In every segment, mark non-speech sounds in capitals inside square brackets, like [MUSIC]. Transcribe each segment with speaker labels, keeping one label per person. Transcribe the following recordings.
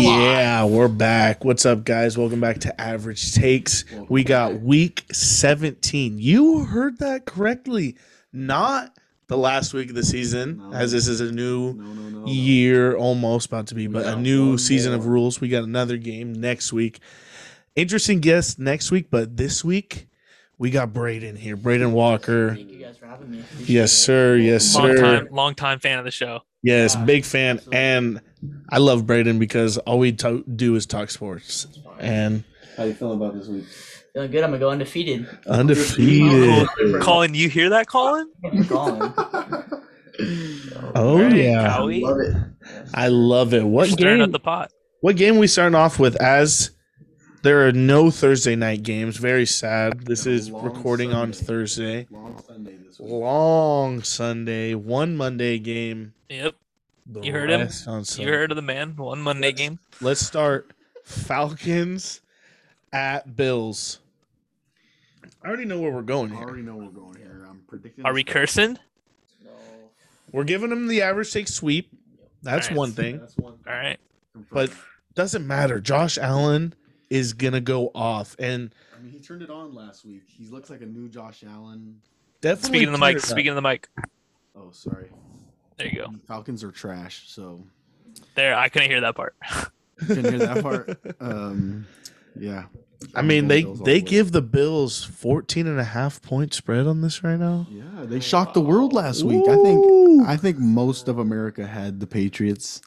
Speaker 1: Yeah, we're back. What's up, guys? Welcome back to Average Takes. We got week 17. You heard that correctly. Not the last week of the season,
Speaker 2: No.
Speaker 1: as this is a new
Speaker 2: No, no, no. no.
Speaker 1: year almost about to be, but a
Speaker 2: got
Speaker 1: new
Speaker 2: one
Speaker 1: season of
Speaker 2: more.
Speaker 1: rules. We got another game next week. Interesting guest next week, but this week we got Braden here. Braden Walker.
Speaker 3: Thank you guys for having me.
Speaker 1: Yes, sir. Yes,
Speaker 4: long
Speaker 1: sir.
Speaker 4: time long time fan of the show.
Speaker 1: Yes,
Speaker 3: Yeah,
Speaker 1: big fan.
Speaker 3: absolutely.
Speaker 1: And I love Braden because all we to- do is talk sports. And
Speaker 2: How you feeling about this week?
Speaker 3: Feeling good. I'm gonna go undefeated.
Speaker 1: undefeated.
Speaker 4: Colin, you hear that, Colin?
Speaker 3: I'm calling.
Speaker 1: Oh
Speaker 4: Right,
Speaker 1: yeah.
Speaker 4: Cowie?
Speaker 2: Love it.
Speaker 1: I love it. What
Speaker 4: Stirring up
Speaker 1: game?
Speaker 4: the pot.
Speaker 1: What game we starting off with as there are no Thursday night games. Very sad. This
Speaker 2: Yeah,
Speaker 1: is
Speaker 2: long
Speaker 1: recording on
Speaker 2: Sunday.
Speaker 1: Thursday.
Speaker 2: Long Sunday this week.
Speaker 1: long Sunday, one Monday game.
Speaker 4: Yep.
Speaker 1: the
Speaker 4: You heard him?
Speaker 1: rest on Sunday.
Speaker 4: You heard of the man. One Monday game.
Speaker 1: Let's start Falcons at Bills. I already know where we're going
Speaker 2: I
Speaker 1: here.
Speaker 2: already know we're going here. I'm predicting.
Speaker 4: Are we
Speaker 2: this-
Speaker 4: cursing?
Speaker 3: No.
Speaker 1: We're giving them the average take sweep. That's
Speaker 4: Alright.
Speaker 1: one thing.
Speaker 2: That's one.
Speaker 4: All right.
Speaker 1: But- Doesn't matter. Josh Allen is gonna go off and
Speaker 2: I mean, he turned it on last week. He looks like a new Josh Allen.
Speaker 1: definitely.
Speaker 4: Speaking of the mic,
Speaker 1: cleared that.
Speaker 4: speaking of the mic.
Speaker 2: Oh, sorry.
Speaker 4: There you go.
Speaker 2: The Falcons are trash, so
Speaker 4: There, I couldn't hear that part.
Speaker 2: you couldn't hear that
Speaker 1: [LAUGHS]
Speaker 2: part. Um, yeah.
Speaker 1: I mean, they
Speaker 2: Bills all
Speaker 1: they
Speaker 2: the way.
Speaker 1: give the Bills 14 and a half point spread on this right now.
Speaker 2: Yeah, they shocked the world last week. I think
Speaker 1: Ooh.
Speaker 2: I think most of America had the Patriots,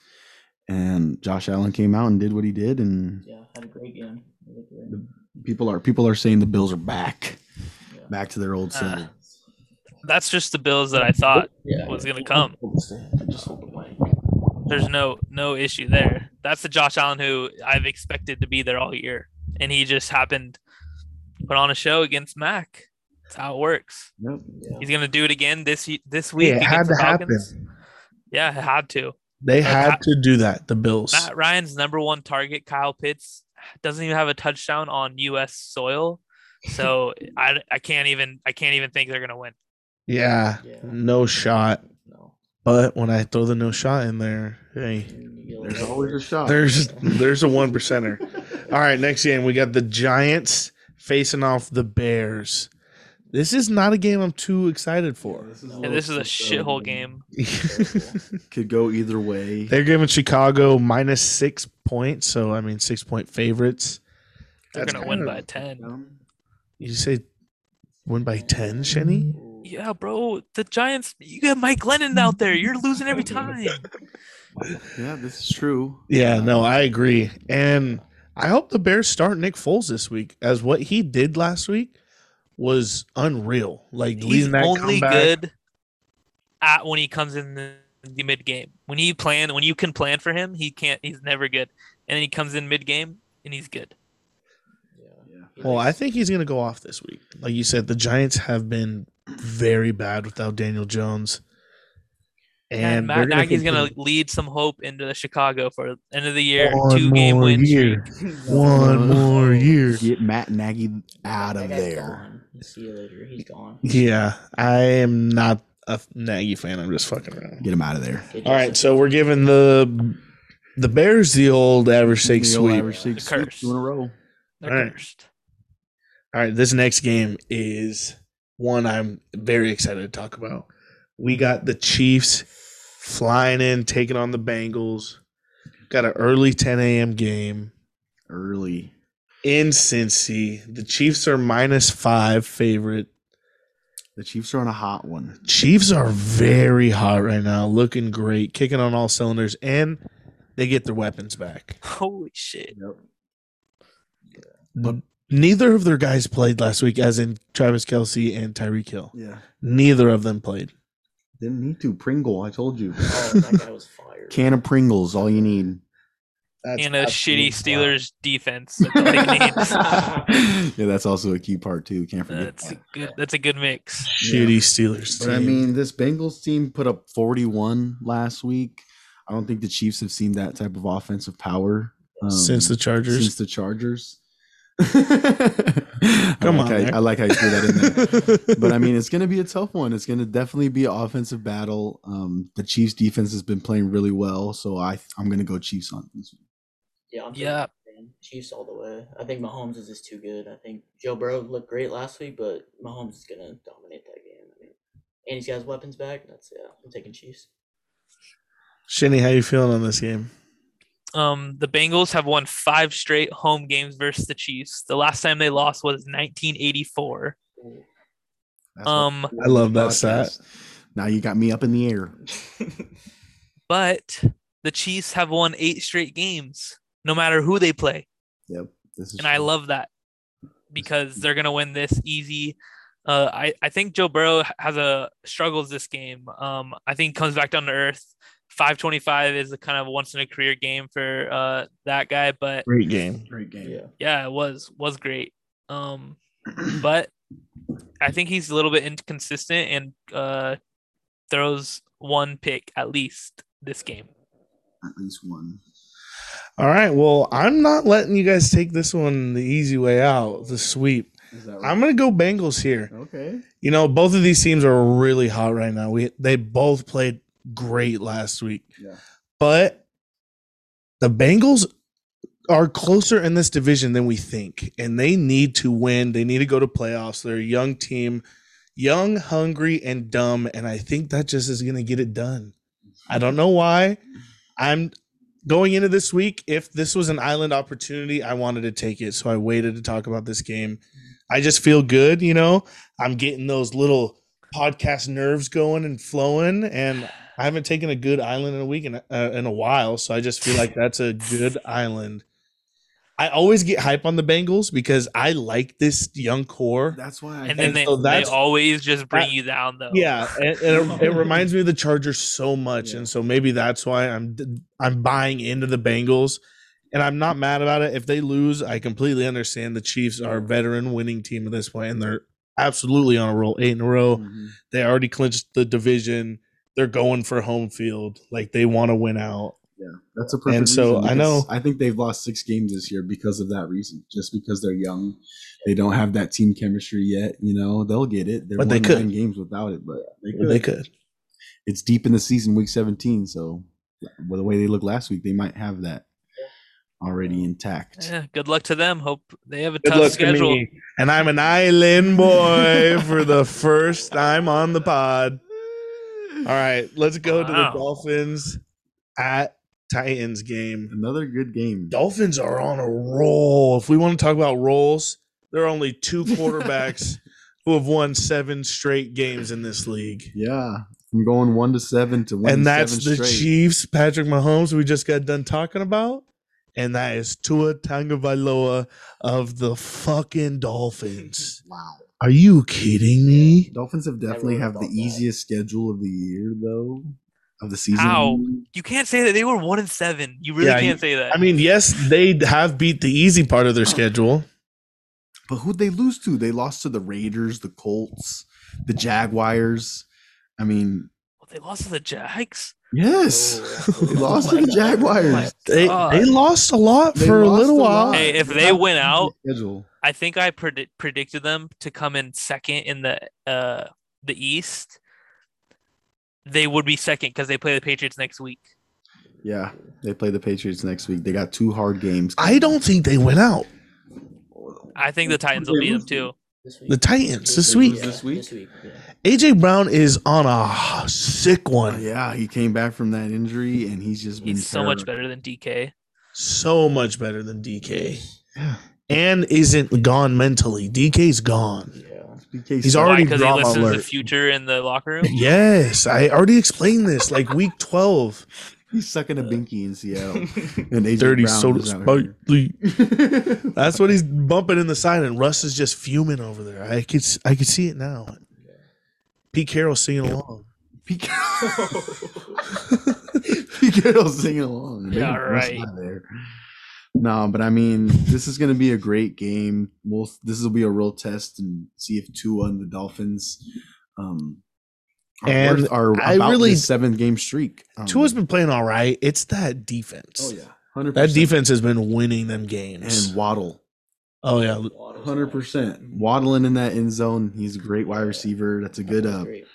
Speaker 2: and Josh Allen came out and did what he did, and
Speaker 3: Yeah, had a great game. Really good.
Speaker 2: people are people are saying the Bills are back,
Speaker 3: Yeah.
Speaker 2: back to their old self.
Speaker 4: That's just the bills that I thought
Speaker 3: Yeah.
Speaker 4: was gonna come. There's no no issue there. That's the Josh Allen who I've expected to be there all year. And he just happened to put on a show against Mac. That's how it works.
Speaker 2: Yep.
Speaker 3: Yeah.
Speaker 4: He's gonna do it again this y- this week.
Speaker 1: Yeah, it had
Speaker 4: against
Speaker 1: to
Speaker 4: the
Speaker 1: happen.
Speaker 4: Falcons. Yeah, it had to.
Speaker 1: They had
Speaker 4: Matt-
Speaker 1: to do that. The Bills.
Speaker 4: Matt Ryan's number one target, Kyle Pitts, doesn't even have a touchdown on U.S. soil,
Speaker 1: [LAUGHS]
Speaker 4: so I, I can't even I can't even think they're gonna win.
Speaker 1: Yeah,
Speaker 3: Yeah.
Speaker 1: no shot.
Speaker 3: No.
Speaker 1: But when I throw the no shot in there, hey,
Speaker 2: There's always a shot.
Speaker 1: there's there's a one percenter. All right, next game we got the Giants facing off the Bears. This is not a game I'm too excited for. [LAUGHS]
Speaker 3: And
Speaker 4: And this is a shithole game.
Speaker 2: Could go either way.
Speaker 1: They're giving Chicago minus six points, so I mean six point favorites.
Speaker 4: They're
Speaker 1: That's
Speaker 4: gonna win
Speaker 1: kind
Speaker 4: by
Speaker 1: of-
Speaker 4: ten.
Speaker 2: Um,
Speaker 1: You say win [LAUGHS] by ten, Shenny?
Speaker 4: Yeah, bro, the Giants. You got
Speaker 1: [LAUGHS]
Speaker 4: Mike Lennon out there. You're losing every time.
Speaker 2: yeah, this is true.
Speaker 1: Yeah,
Speaker 2: Uh,
Speaker 1: no, I agree. And I hope the Bears start Nick Foles this week, as what he did last week was unreal. Like
Speaker 4: He's
Speaker 1: leading that
Speaker 4: only
Speaker 1: comeback.
Speaker 4: good at when he comes in the, the mid game. When he plan, when you can plan for him, he can't. He's never good. And then he comes in mid game and he's good.
Speaker 2: Yeah.
Speaker 1: Well, I think he's gonna go off this week. Like you said, the Giants have been very bad without Daniel Jones.
Speaker 4: Yeah,
Speaker 1: And
Speaker 4: Matt Nagy's
Speaker 1: continue-
Speaker 4: going to lead some hope into the Chicago for end of the year,
Speaker 1: One
Speaker 4: two game
Speaker 1: more
Speaker 4: win
Speaker 1: year.
Speaker 4: streak.
Speaker 1: one more year.
Speaker 2: Get Matt Nagy out of there.
Speaker 3: Gone. See you later.
Speaker 1: [LAUGHS]
Speaker 3: He's gone.
Speaker 1: Yeah, I am not a Nagy fan. I'm just fucking around.
Speaker 2: Get him out of there.
Speaker 3: Good
Speaker 1: All right,
Speaker 3: job.
Speaker 1: so we're giving the the Bears the old average take
Speaker 2: The old
Speaker 1: sweep.
Speaker 2: average six
Speaker 4: The
Speaker 2: sweeps,
Speaker 4: curse.
Speaker 2: two in a row.
Speaker 4: They're
Speaker 1: All right.
Speaker 4: cursed. [LAUGHS]
Speaker 1: All right, this next game is one I'm very excited to talk about. We got the Chiefs flying in, taking on the Bengals. Got an early 10 a.m. game
Speaker 2: Early.
Speaker 1: in Cincy. The Chiefs are minus five favorite.
Speaker 2: The Chiefs are on a hot one.
Speaker 1: Chiefs are very hot right now, looking great, kicking on all cylinders, and they get their weapons back.
Speaker 4: Holy shit!
Speaker 2: Mm.
Speaker 1: But neither of their guys played last week, as in Travis Kelsey and Tyreek Hill.
Speaker 2: Yeah.
Speaker 1: Neither of them played.
Speaker 2: Didn't need to. Pringle, I told you.
Speaker 3: Oh, that guy was
Speaker 1: [LAUGHS]
Speaker 3: fired.
Speaker 2: Can of Pringles, all you need.
Speaker 1: That's
Speaker 4: and a shitty
Speaker 1: absolutely wild.
Speaker 4: Steelers defense. That's all they need.
Speaker 1: [LAUGHS]
Speaker 2: [LAUGHS] yeah, that's also a key part too. Can't forget.
Speaker 4: That's
Speaker 2: that.
Speaker 4: a good. That's a good mix.
Speaker 1: shitty
Speaker 2: Yeah.
Speaker 1: Steelers.
Speaker 2: But I
Speaker 1: team.
Speaker 2: mean, this Bengals team put up 41 last week. I don't think the Chiefs have seen that type of offensive power
Speaker 1: [LAUGHS]
Speaker 2: um,
Speaker 1: since the Chargers,
Speaker 2: since the Chargers.
Speaker 1: Come
Speaker 2: I like
Speaker 1: on,
Speaker 2: how-
Speaker 1: Mac.
Speaker 2: I like how you threw that in there.
Speaker 1: [LAUGHS]
Speaker 2: but I mean, it's going to be a tough one. It's going to definitely be an offensive battle. Um, the Chiefs' defense has been playing really well, so I I'm going to go Chiefs on this. one.
Speaker 3: Yeah, I'm taking
Speaker 4: Yeah.
Speaker 3: the same. Chiefs all the way. I think Mahomes is just too good. I think Joe Burrow looked great last week, but Mahomes is gonna dominate that game. I mean, and he's got his weapons back. That's yeah. I'm taking Chiefs.
Speaker 1: Shinny, how you feeling on this game?
Speaker 4: Um, the Bengals have won five straight home games versus the Chiefs. The last time they lost was 1984.
Speaker 2: That's what-
Speaker 4: Um,
Speaker 1: I love that stat.
Speaker 2: Now you got me up in the air.
Speaker 4: but the Chiefs have won eight straight games, no matter who they play.
Speaker 2: Yep. This is
Speaker 4: and I
Speaker 2: true.
Speaker 4: love that because they're gonna win this easy. Uh, I I think Joe Burrow has a struggles this game. Um, I think comes back down to earth. Five twenty five is a kind of once in a career game for uh that guy, but
Speaker 1: Great game.
Speaker 2: great game.
Speaker 3: Yeah.
Speaker 4: yeah, it was was great.
Speaker 1: [CLEARS THROAT]
Speaker 4: Um, but I think he's a little bit inconsistent and uh throws one pick at least this game.
Speaker 2: At least one.
Speaker 1: All right. Well, I'm not letting you guys take this one the easy way out, the sweep.
Speaker 2: Is that
Speaker 1: I'm going to go Bengals here.
Speaker 2: okay.
Speaker 1: You know, both of these teams are really hot right now. We They both played great last week.
Speaker 2: Yeah.
Speaker 1: But the Bengals are closer in this division than we think, and they need to win. They need to go to playoffs. They're a young team, young, hungry, and dumb, and I think that just is going to get it done. I don't know why. I'm going into this week. If this was an island opportunity, I wanted to take it, so I waited to talk about this game. I just feel good, you know. I'm getting those little podcast nerves going and flowing, and I haven't taken a good island in a week in a, uh, in a while, so I just feel like that's a good island. I always get hype on the Bengals because I like this young core.
Speaker 2: That's why. I
Speaker 4: And
Speaker 1: And
Speaker 4: then they,
Speaker 1: so
Speaker 4: they
Speaker 1: that's-
Speaker 4: always just bring you down though.
Speaker 1: Yeah, and, and it, it reminds me of the Chargers so much,
Speaker 2: Yeah.
Speaker 1: and so maybe that's why I'm I'm buying into the Bengals, and I'm not mad about it. If they lose, I completely understand. The Chiefs are a veteran winning team at this point, and they're absolutely on a roll, eight in a row.
Speaker 2: Mhm.
Speaker 1: They already clinched the division. They're going for home field, like they want to win out.
Speaker 2: That's a perfect.
Speaker 1: And so
Speaker 2: reason
Speaker 1: I
Speaker 2: because
Speaker 1: know-
Speaker 2: I think they've lost six games this year because of that reason. Just because they're young, they don't have that team chemistry yet. You know, they'll get it. They're
Speaker 1: But they
Speaker 2: won
Speaker 1: could.
Speaker 2: nine games without it, but they could.
Speaker 1: They could.
Speaker 2: It's deep in the season, week seventeen. So, well, the way they looked last week, they might have that already intact.
Speaker 4: Yeah, Eh, good luck to them. Hope they have a
Speaker 1: Good
Speaker 4: tough
Speaker 1: luck
Speaker 4: schedule.
Speaker 1: to me. And I'm an island boy for the first time on the pod. All right, let's go to the
Speaker 4: Wow.
Speaker 1: Dolphins at Titans game.
Speaker 2: Another good game.
Speaker 1: Dolphins are on a roll. If we want to talk about rolls, there are only two quarterbacks who have won seven straight games in this league.
Speaker 2: Yeah, I'm going one to seven to win.
Speaker 1: and that's
Speaker 2: seven
Speaker 1: the
Speaker 2: straight.
Speaker 1: Chiefs, Patrick Mahomes, we just got done talking about. And that is Tua Tagovailoa of the fucking Dolphins.
Speaker 2: Wow.
Speaker 1: Are you kidding me?
Speaker 2: Dolphins have
Speaker 3: really
Speaker 2: definitely have the
Speaker 3: thought that.
Speaker 2: easiest schedule of the year, though, of the season.
Speaker 4: How? You can't say that they were one and seven. You really
Speaker 1: Yeah,
Speaker 4: can't say that.
Speaker 1: I mean, yes, they have beat the easy part of their schedule.
Speaker 2: But who'd they lose to? They lost to the Raiders, the Colts, the Jaguars. I mean,
Speaker 4: they lost to the Jags.
Speaker 2: yes,
Speaker 3: Oh,
Speaker 2: they lost
Speaker 3: my
Speaker 2: to the
Speaker 3: God.
Speaker 2: Jaguars.
Speaker 1: They,
Speaker 4: God.
Speaker 1: they lost a lot
Speaker 2: They
Speaker 1: for a
Speaker 2: lost
Speaker 1: little
Speaker 2: a
Speaker 1: while.
Speaker 2: lot.
Speaker 4: Hey, if they win
Speaker 1: oh.
Speaker 4: out,
Speaker 2: Schedule.
Speaker 4: I think I predi- predicted them to come in second in the uh the East. They would be second because they play the Patriots next week.
Speaker 2: Yeah, they play the Patriots next week. They got two hard games.
Speaker 1: I don't think they went out.
Speaker 4: I think the Titans
Speaker 2: They
Speaker 4: will beat them
Speaker 2: lose
Speaker 4: too.
Speaker 3: This week.
Speaker 1: The Titans this
Speaker 2: They
Speaker 1: week.
Speaker 2: lose this week?
Speaker 3: This week. Yeah.
Speaker 1: AJ Brown is on a sick one.
Speaker 2: Yeah, he came back from that injury, and he's just been
Speaker 4: He's so much
Speaker 2: terrible.
Speaker 4: better than DK.
Speaker 1: So much better than DK.
Speaker 2: Yeah.
Speaker 1: And isn't gone mentally. DK's gone.
Speaker 3: Yeah.
Speaker 2: DK's
Speaker 1: He's
Speaker 2: so-
Speaker 1: already
Speaker 4: Why? Because he
Speaker 1: drama
Speaker 4: listens to
Speaker 1: alert.
Speaker 4: Future in the locker room.
Speaker 1: Yes, I already explained this like week [LAUGHS] 12.
Speaker 2: he's sucking
Speaker 3: Uh,
Speaker 2: a binky in
Speaker 3: [LAUGHS]
Speaker 2: Seattle, and AJ
Speaker 1: Dirty
Speaker 2: Brown
Speaker 1: soda
Speaker 2: is out here.
Speaker 1: sparkly.
Speaker 2: [LAUGHS]
Speaker 1: That's what he's bumping in the side, and Russ is just fuming over there. I could s- I could see it now. Pete Carroll singing along.
Speaker 2: Pete Pete Carroll's singing along. They
Speaker 4: Yeah,
Speaker 2: can press
Speaker 4: right.
Speaker 2: out There. No, but I mean, this is going to be a great game. We'll, this will be a real test and see if Tua and the Dolphins um, are,
Speaker 1: And
Speaker 2: worth- are
Speaker 1: I
Speaker 2: about
Speaker 1: really-
Speaker 2: this seventh game streak. Um,
Speaker 1: Tua's been playing all right. It's that defense.
Speaker 2: Oh yeah, hundred
Speaker 1: That
Speaker 2: percent.
Speaker 1: defense has been winning them games.
Speaker 2: and Waddle.
Speaker 1: Oh yeah,
Speaker 2: [LAUGHS]
Speaker 3: Waddle's
Speaker 2: Hundred
Speaker 3: nice.
Speaker 2: percent waddling in that end zone. He's a great wide receiver. That's a good.
Speaker 3: That's
Speaker 2: Uh,
Speaker 3: great.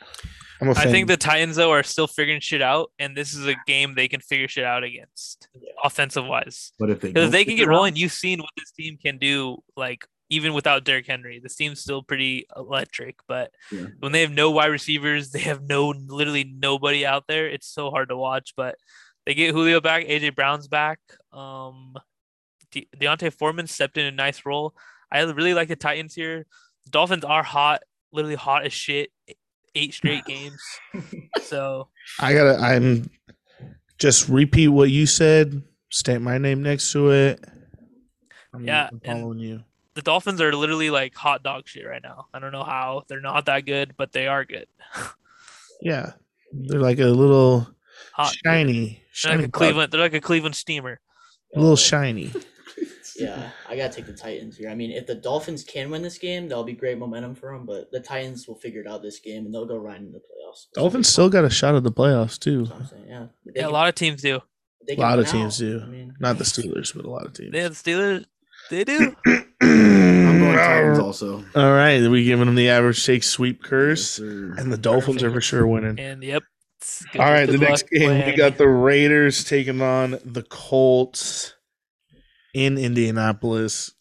Speaker 1: I'm a
Speaker 4: I
Speaker 1: fan.
Speaker 4: think the Titans though are still figuring shit out, and this is a game they can figure shit out against,
Speaker 3: Yeah.
Speaker 4: offensive wise.
Speaker 2: but if they
Speaker 4: Because
Speaker 2: don't
Speaker 4: they can
Speaker 2: figure
Speaker 4: get
Speaker 2: it out-
Speaker 4: rolling. You've seen what this team can do, like even without Derrick Henry. This team's still pretty electric, but
Speaker 2: Yeah.
Speaker 4: when they have no wide receivers, they have no literally nobody out there. It's so hard to watch. But they get Julio back, AJ Brown's back. Um, De- Deontay Foreman stepped in a nice role. I really like the Titans here. Dolphins are hot, literally hot as shit. e, Eight straight games. so
Speaker 1: I gotta. I'm just repeat what you said. Stamp my name next to it. I'm,
Speaker 4: Yeah,
Speaker 1: I'm
Speaker 4: and-
Speaker 1: following you.
Speaker 4: the Dolphins are literally like hot dog shit right now. I don't know how they're not that good, but they are good.
Speaker 1: Yeah, they're like a little
Speaker 4: Hot.
Speaker 1: shiny,
Speaker 4: They're Uh, like
Speaker 1: shiny
Speaker 4: a
Speaker 1: puck.
Speaker 4: Cleveland. They're like a Cleveland steamer.
Speaker 1: a little
Speaker 3: Yeah.
Speaker 1: shiny.
Speaker 3: Yeah, I gotta take the Titans here. I mean, if the Dolphins can win this game, that'll be great momentum for them. But the Titans will figure it out this game, and they'll go right into the playoffs.
Speaker 1: Dolphins still got a shot at the playoffs too.
Speaker 3: That's what I'm saying, yeah. They
Speaker 4: Yeah, a
Speaker 3: can-
Speaker 4: lot of teams do.
Speaker 3: they
Speaker 1: A
Speaker 3: can
Speaker 1: lot of
Speaker 3: win
Speaker 1: teams
Speaker 3: out.
Speaker 1: do.
Speaker 3: I mean,
Speaker 1: Not the Steelers, but a lot of teams. [CLEARS THROAT]
Speaker 4: They have Steelers. They do.
Speaker 1: [LAUGHS]
Speaker 2: I'm going Titans also.
Speaker 1: All right, we giving them the average take sweep
Speaker 2: Yes,
Speaker 1: curse,
Speaker 2: sir.
Speaker 1: and the Dolphins are for sure winning.
Speaker 4: And yep. it's good-
Speaker 1: All right, the
Speaker 4: good
Speaker 1: next
Speaker 4: luck
Speaker 1: game we
Speaker 4: playing.
Speaker 1: got the Raiders taking on the Colts in Indianapolis,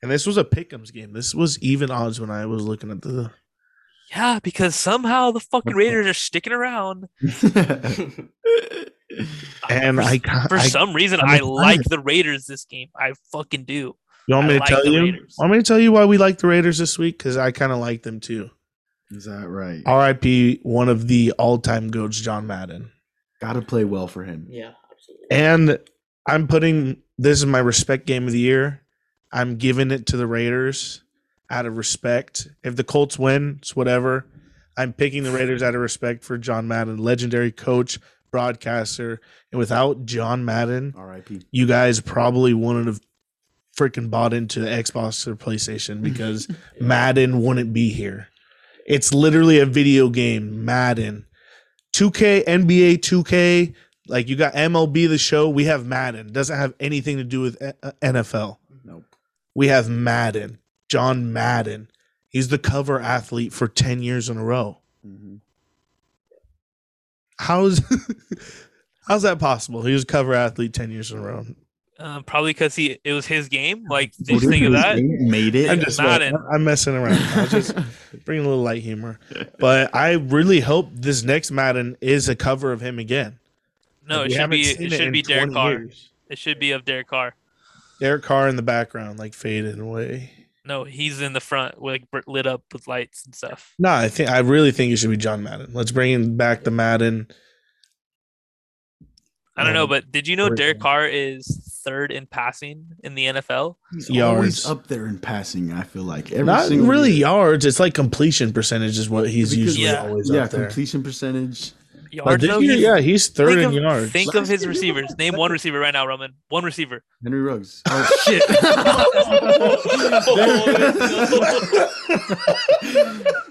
Speaker 1: and this was a Pick'em's game. This was even odds when I was looking at the.
Speaker 4: Yeah, because somehow the fucking Raiders are sticking around.
Speaker 1: And
Speaker 4: for,
Speaker 1: I, ca-
Speaker 4: for
Speaker 1: I
Speaker 4: some reason
Speaker 1: I'm
Speaker 4: I
Speaker 1: excited.
Speaker 4: like the Raiders this game. I fucking do.
Speaker 1: you want me
Speaker 4: I
Speaker 1: to
Speaker 4: like
Speaker 1: tell
Speaker 4: the
Speaker 1: you?
Speaker 4: Raiders.
Speaker 1: Want me to tell you why we like the Raiders this week? Because I kind of like them too.
Speaker 2: Is that right?
Speaker 1: R.I.P. One of the all-time goats, John Madden.
Speaker 2: Got to play well for him.
Speaker 3: yeah, absolutely.
Speaker 1: And I'm putting this is my respect game of the year. I'm giving it to the Raiders out of respect. If the Colts win, it's whatever. I'm picking the Raiders out of respect for John Madden, legendary coach, broadcaster. And without John Madden,
Speaker 2: R.I.P.
Speaker 1: you guys probably wouldn't have freaking bought into the Xbox or PlayStation because
Speaker 3: Yeah.
Speaker 1: Madden wouldn't be here. It's literally a video game, Madden. 2K, NBA 2K, like you got MLB the show, we have Madden. Doesn't have anything to do with uh, uh, NFL.
Speaker 2: Nope.
Speaker 1: We have Madden, John Madden. He's the cover athlete for 10 years in a row.
Speaker 2: hmm
Speaker 1: How's [LAUGHS] How's that possible? He was a cover athlete 10 years in a row.
Speaker 4: Um, probably because he it was his game. Like did you think of that?
Speaker 2: Made it.
Speaker 1: I'm
Speaker 4: Yeah,
Speaker 2: [LAUGHS]
Speaker 1: just
Speaker 4: Madden.
Speaker 1: I'm messing around. I was just bringing a little light humor. But I really hope this next Madden is a cover of him again.
Speaker 4: No,
Speaker 1: Like,
Speaker 4: it
Speaker 1: we
Speaker 4: should
Speaker 1: haven't
Speaker 4: be
Speaker 1: seen
Speaker 4: it should
Speaker 1: in
Speaker 4: be Derek
Speaker 1: 20
Speaker 4: Carr.
Speaker 1: years.
Speaker 4: It should be of Derek Carr.
Speaker 1: Derek Carr in the background, like faded away.
Speaker 4: No, he's in the front, like br- lit up with lights and stuff.
Speaker 1: No, I think I really think it should be John Madden. Let's bring him back the Madden.
Speaker 4: I don't know,
Speaker 1: Um,
Speaker 4: but did you know
Speaker 1: great
Speaker 4: Derek
Speaker 1: game.
Speaker 4: Carr is third in passing in the NFL?
Speaker 2: He's
Speaker 1: yards.
Speaker 2: always up there in passing. I feel like every
Speaker 1: not
Speaker 2: single
Speaker 1: really
Speaker 2: year.
Speaker 1: yards. It's like completion percentage is what he's
Speaker 2: Because-
Speaker 1: usually
Speaker 4: Yeah.
Speaker 1: always
Speaker 2: Yeah,
Speaker 1: up there.
Speaker 2: completion percentage.
Speaker 1: But
Speaker 4: Yards,
Speaker 1: this
Speaker 4: though,
Speaker 1: year,
Speaker 4: he's-
Speaker 1: Oh, yeah, he's third
Speaker 4: think
Speaker 1: in
Speaker 4: of,
Speaker 1: yards. [LAUGHS]
Speaker 4: Think
Speaker 2: Last
Speaker 4: of his
Speaker 2: year, he was
Speaker 4: receivers. Name one receiver right now, Roman. One receiver.
Speaker 1: [LAUGHS]
Speaker 2: Henry Ruggs. Oh shit!
Speaker 1: Oh,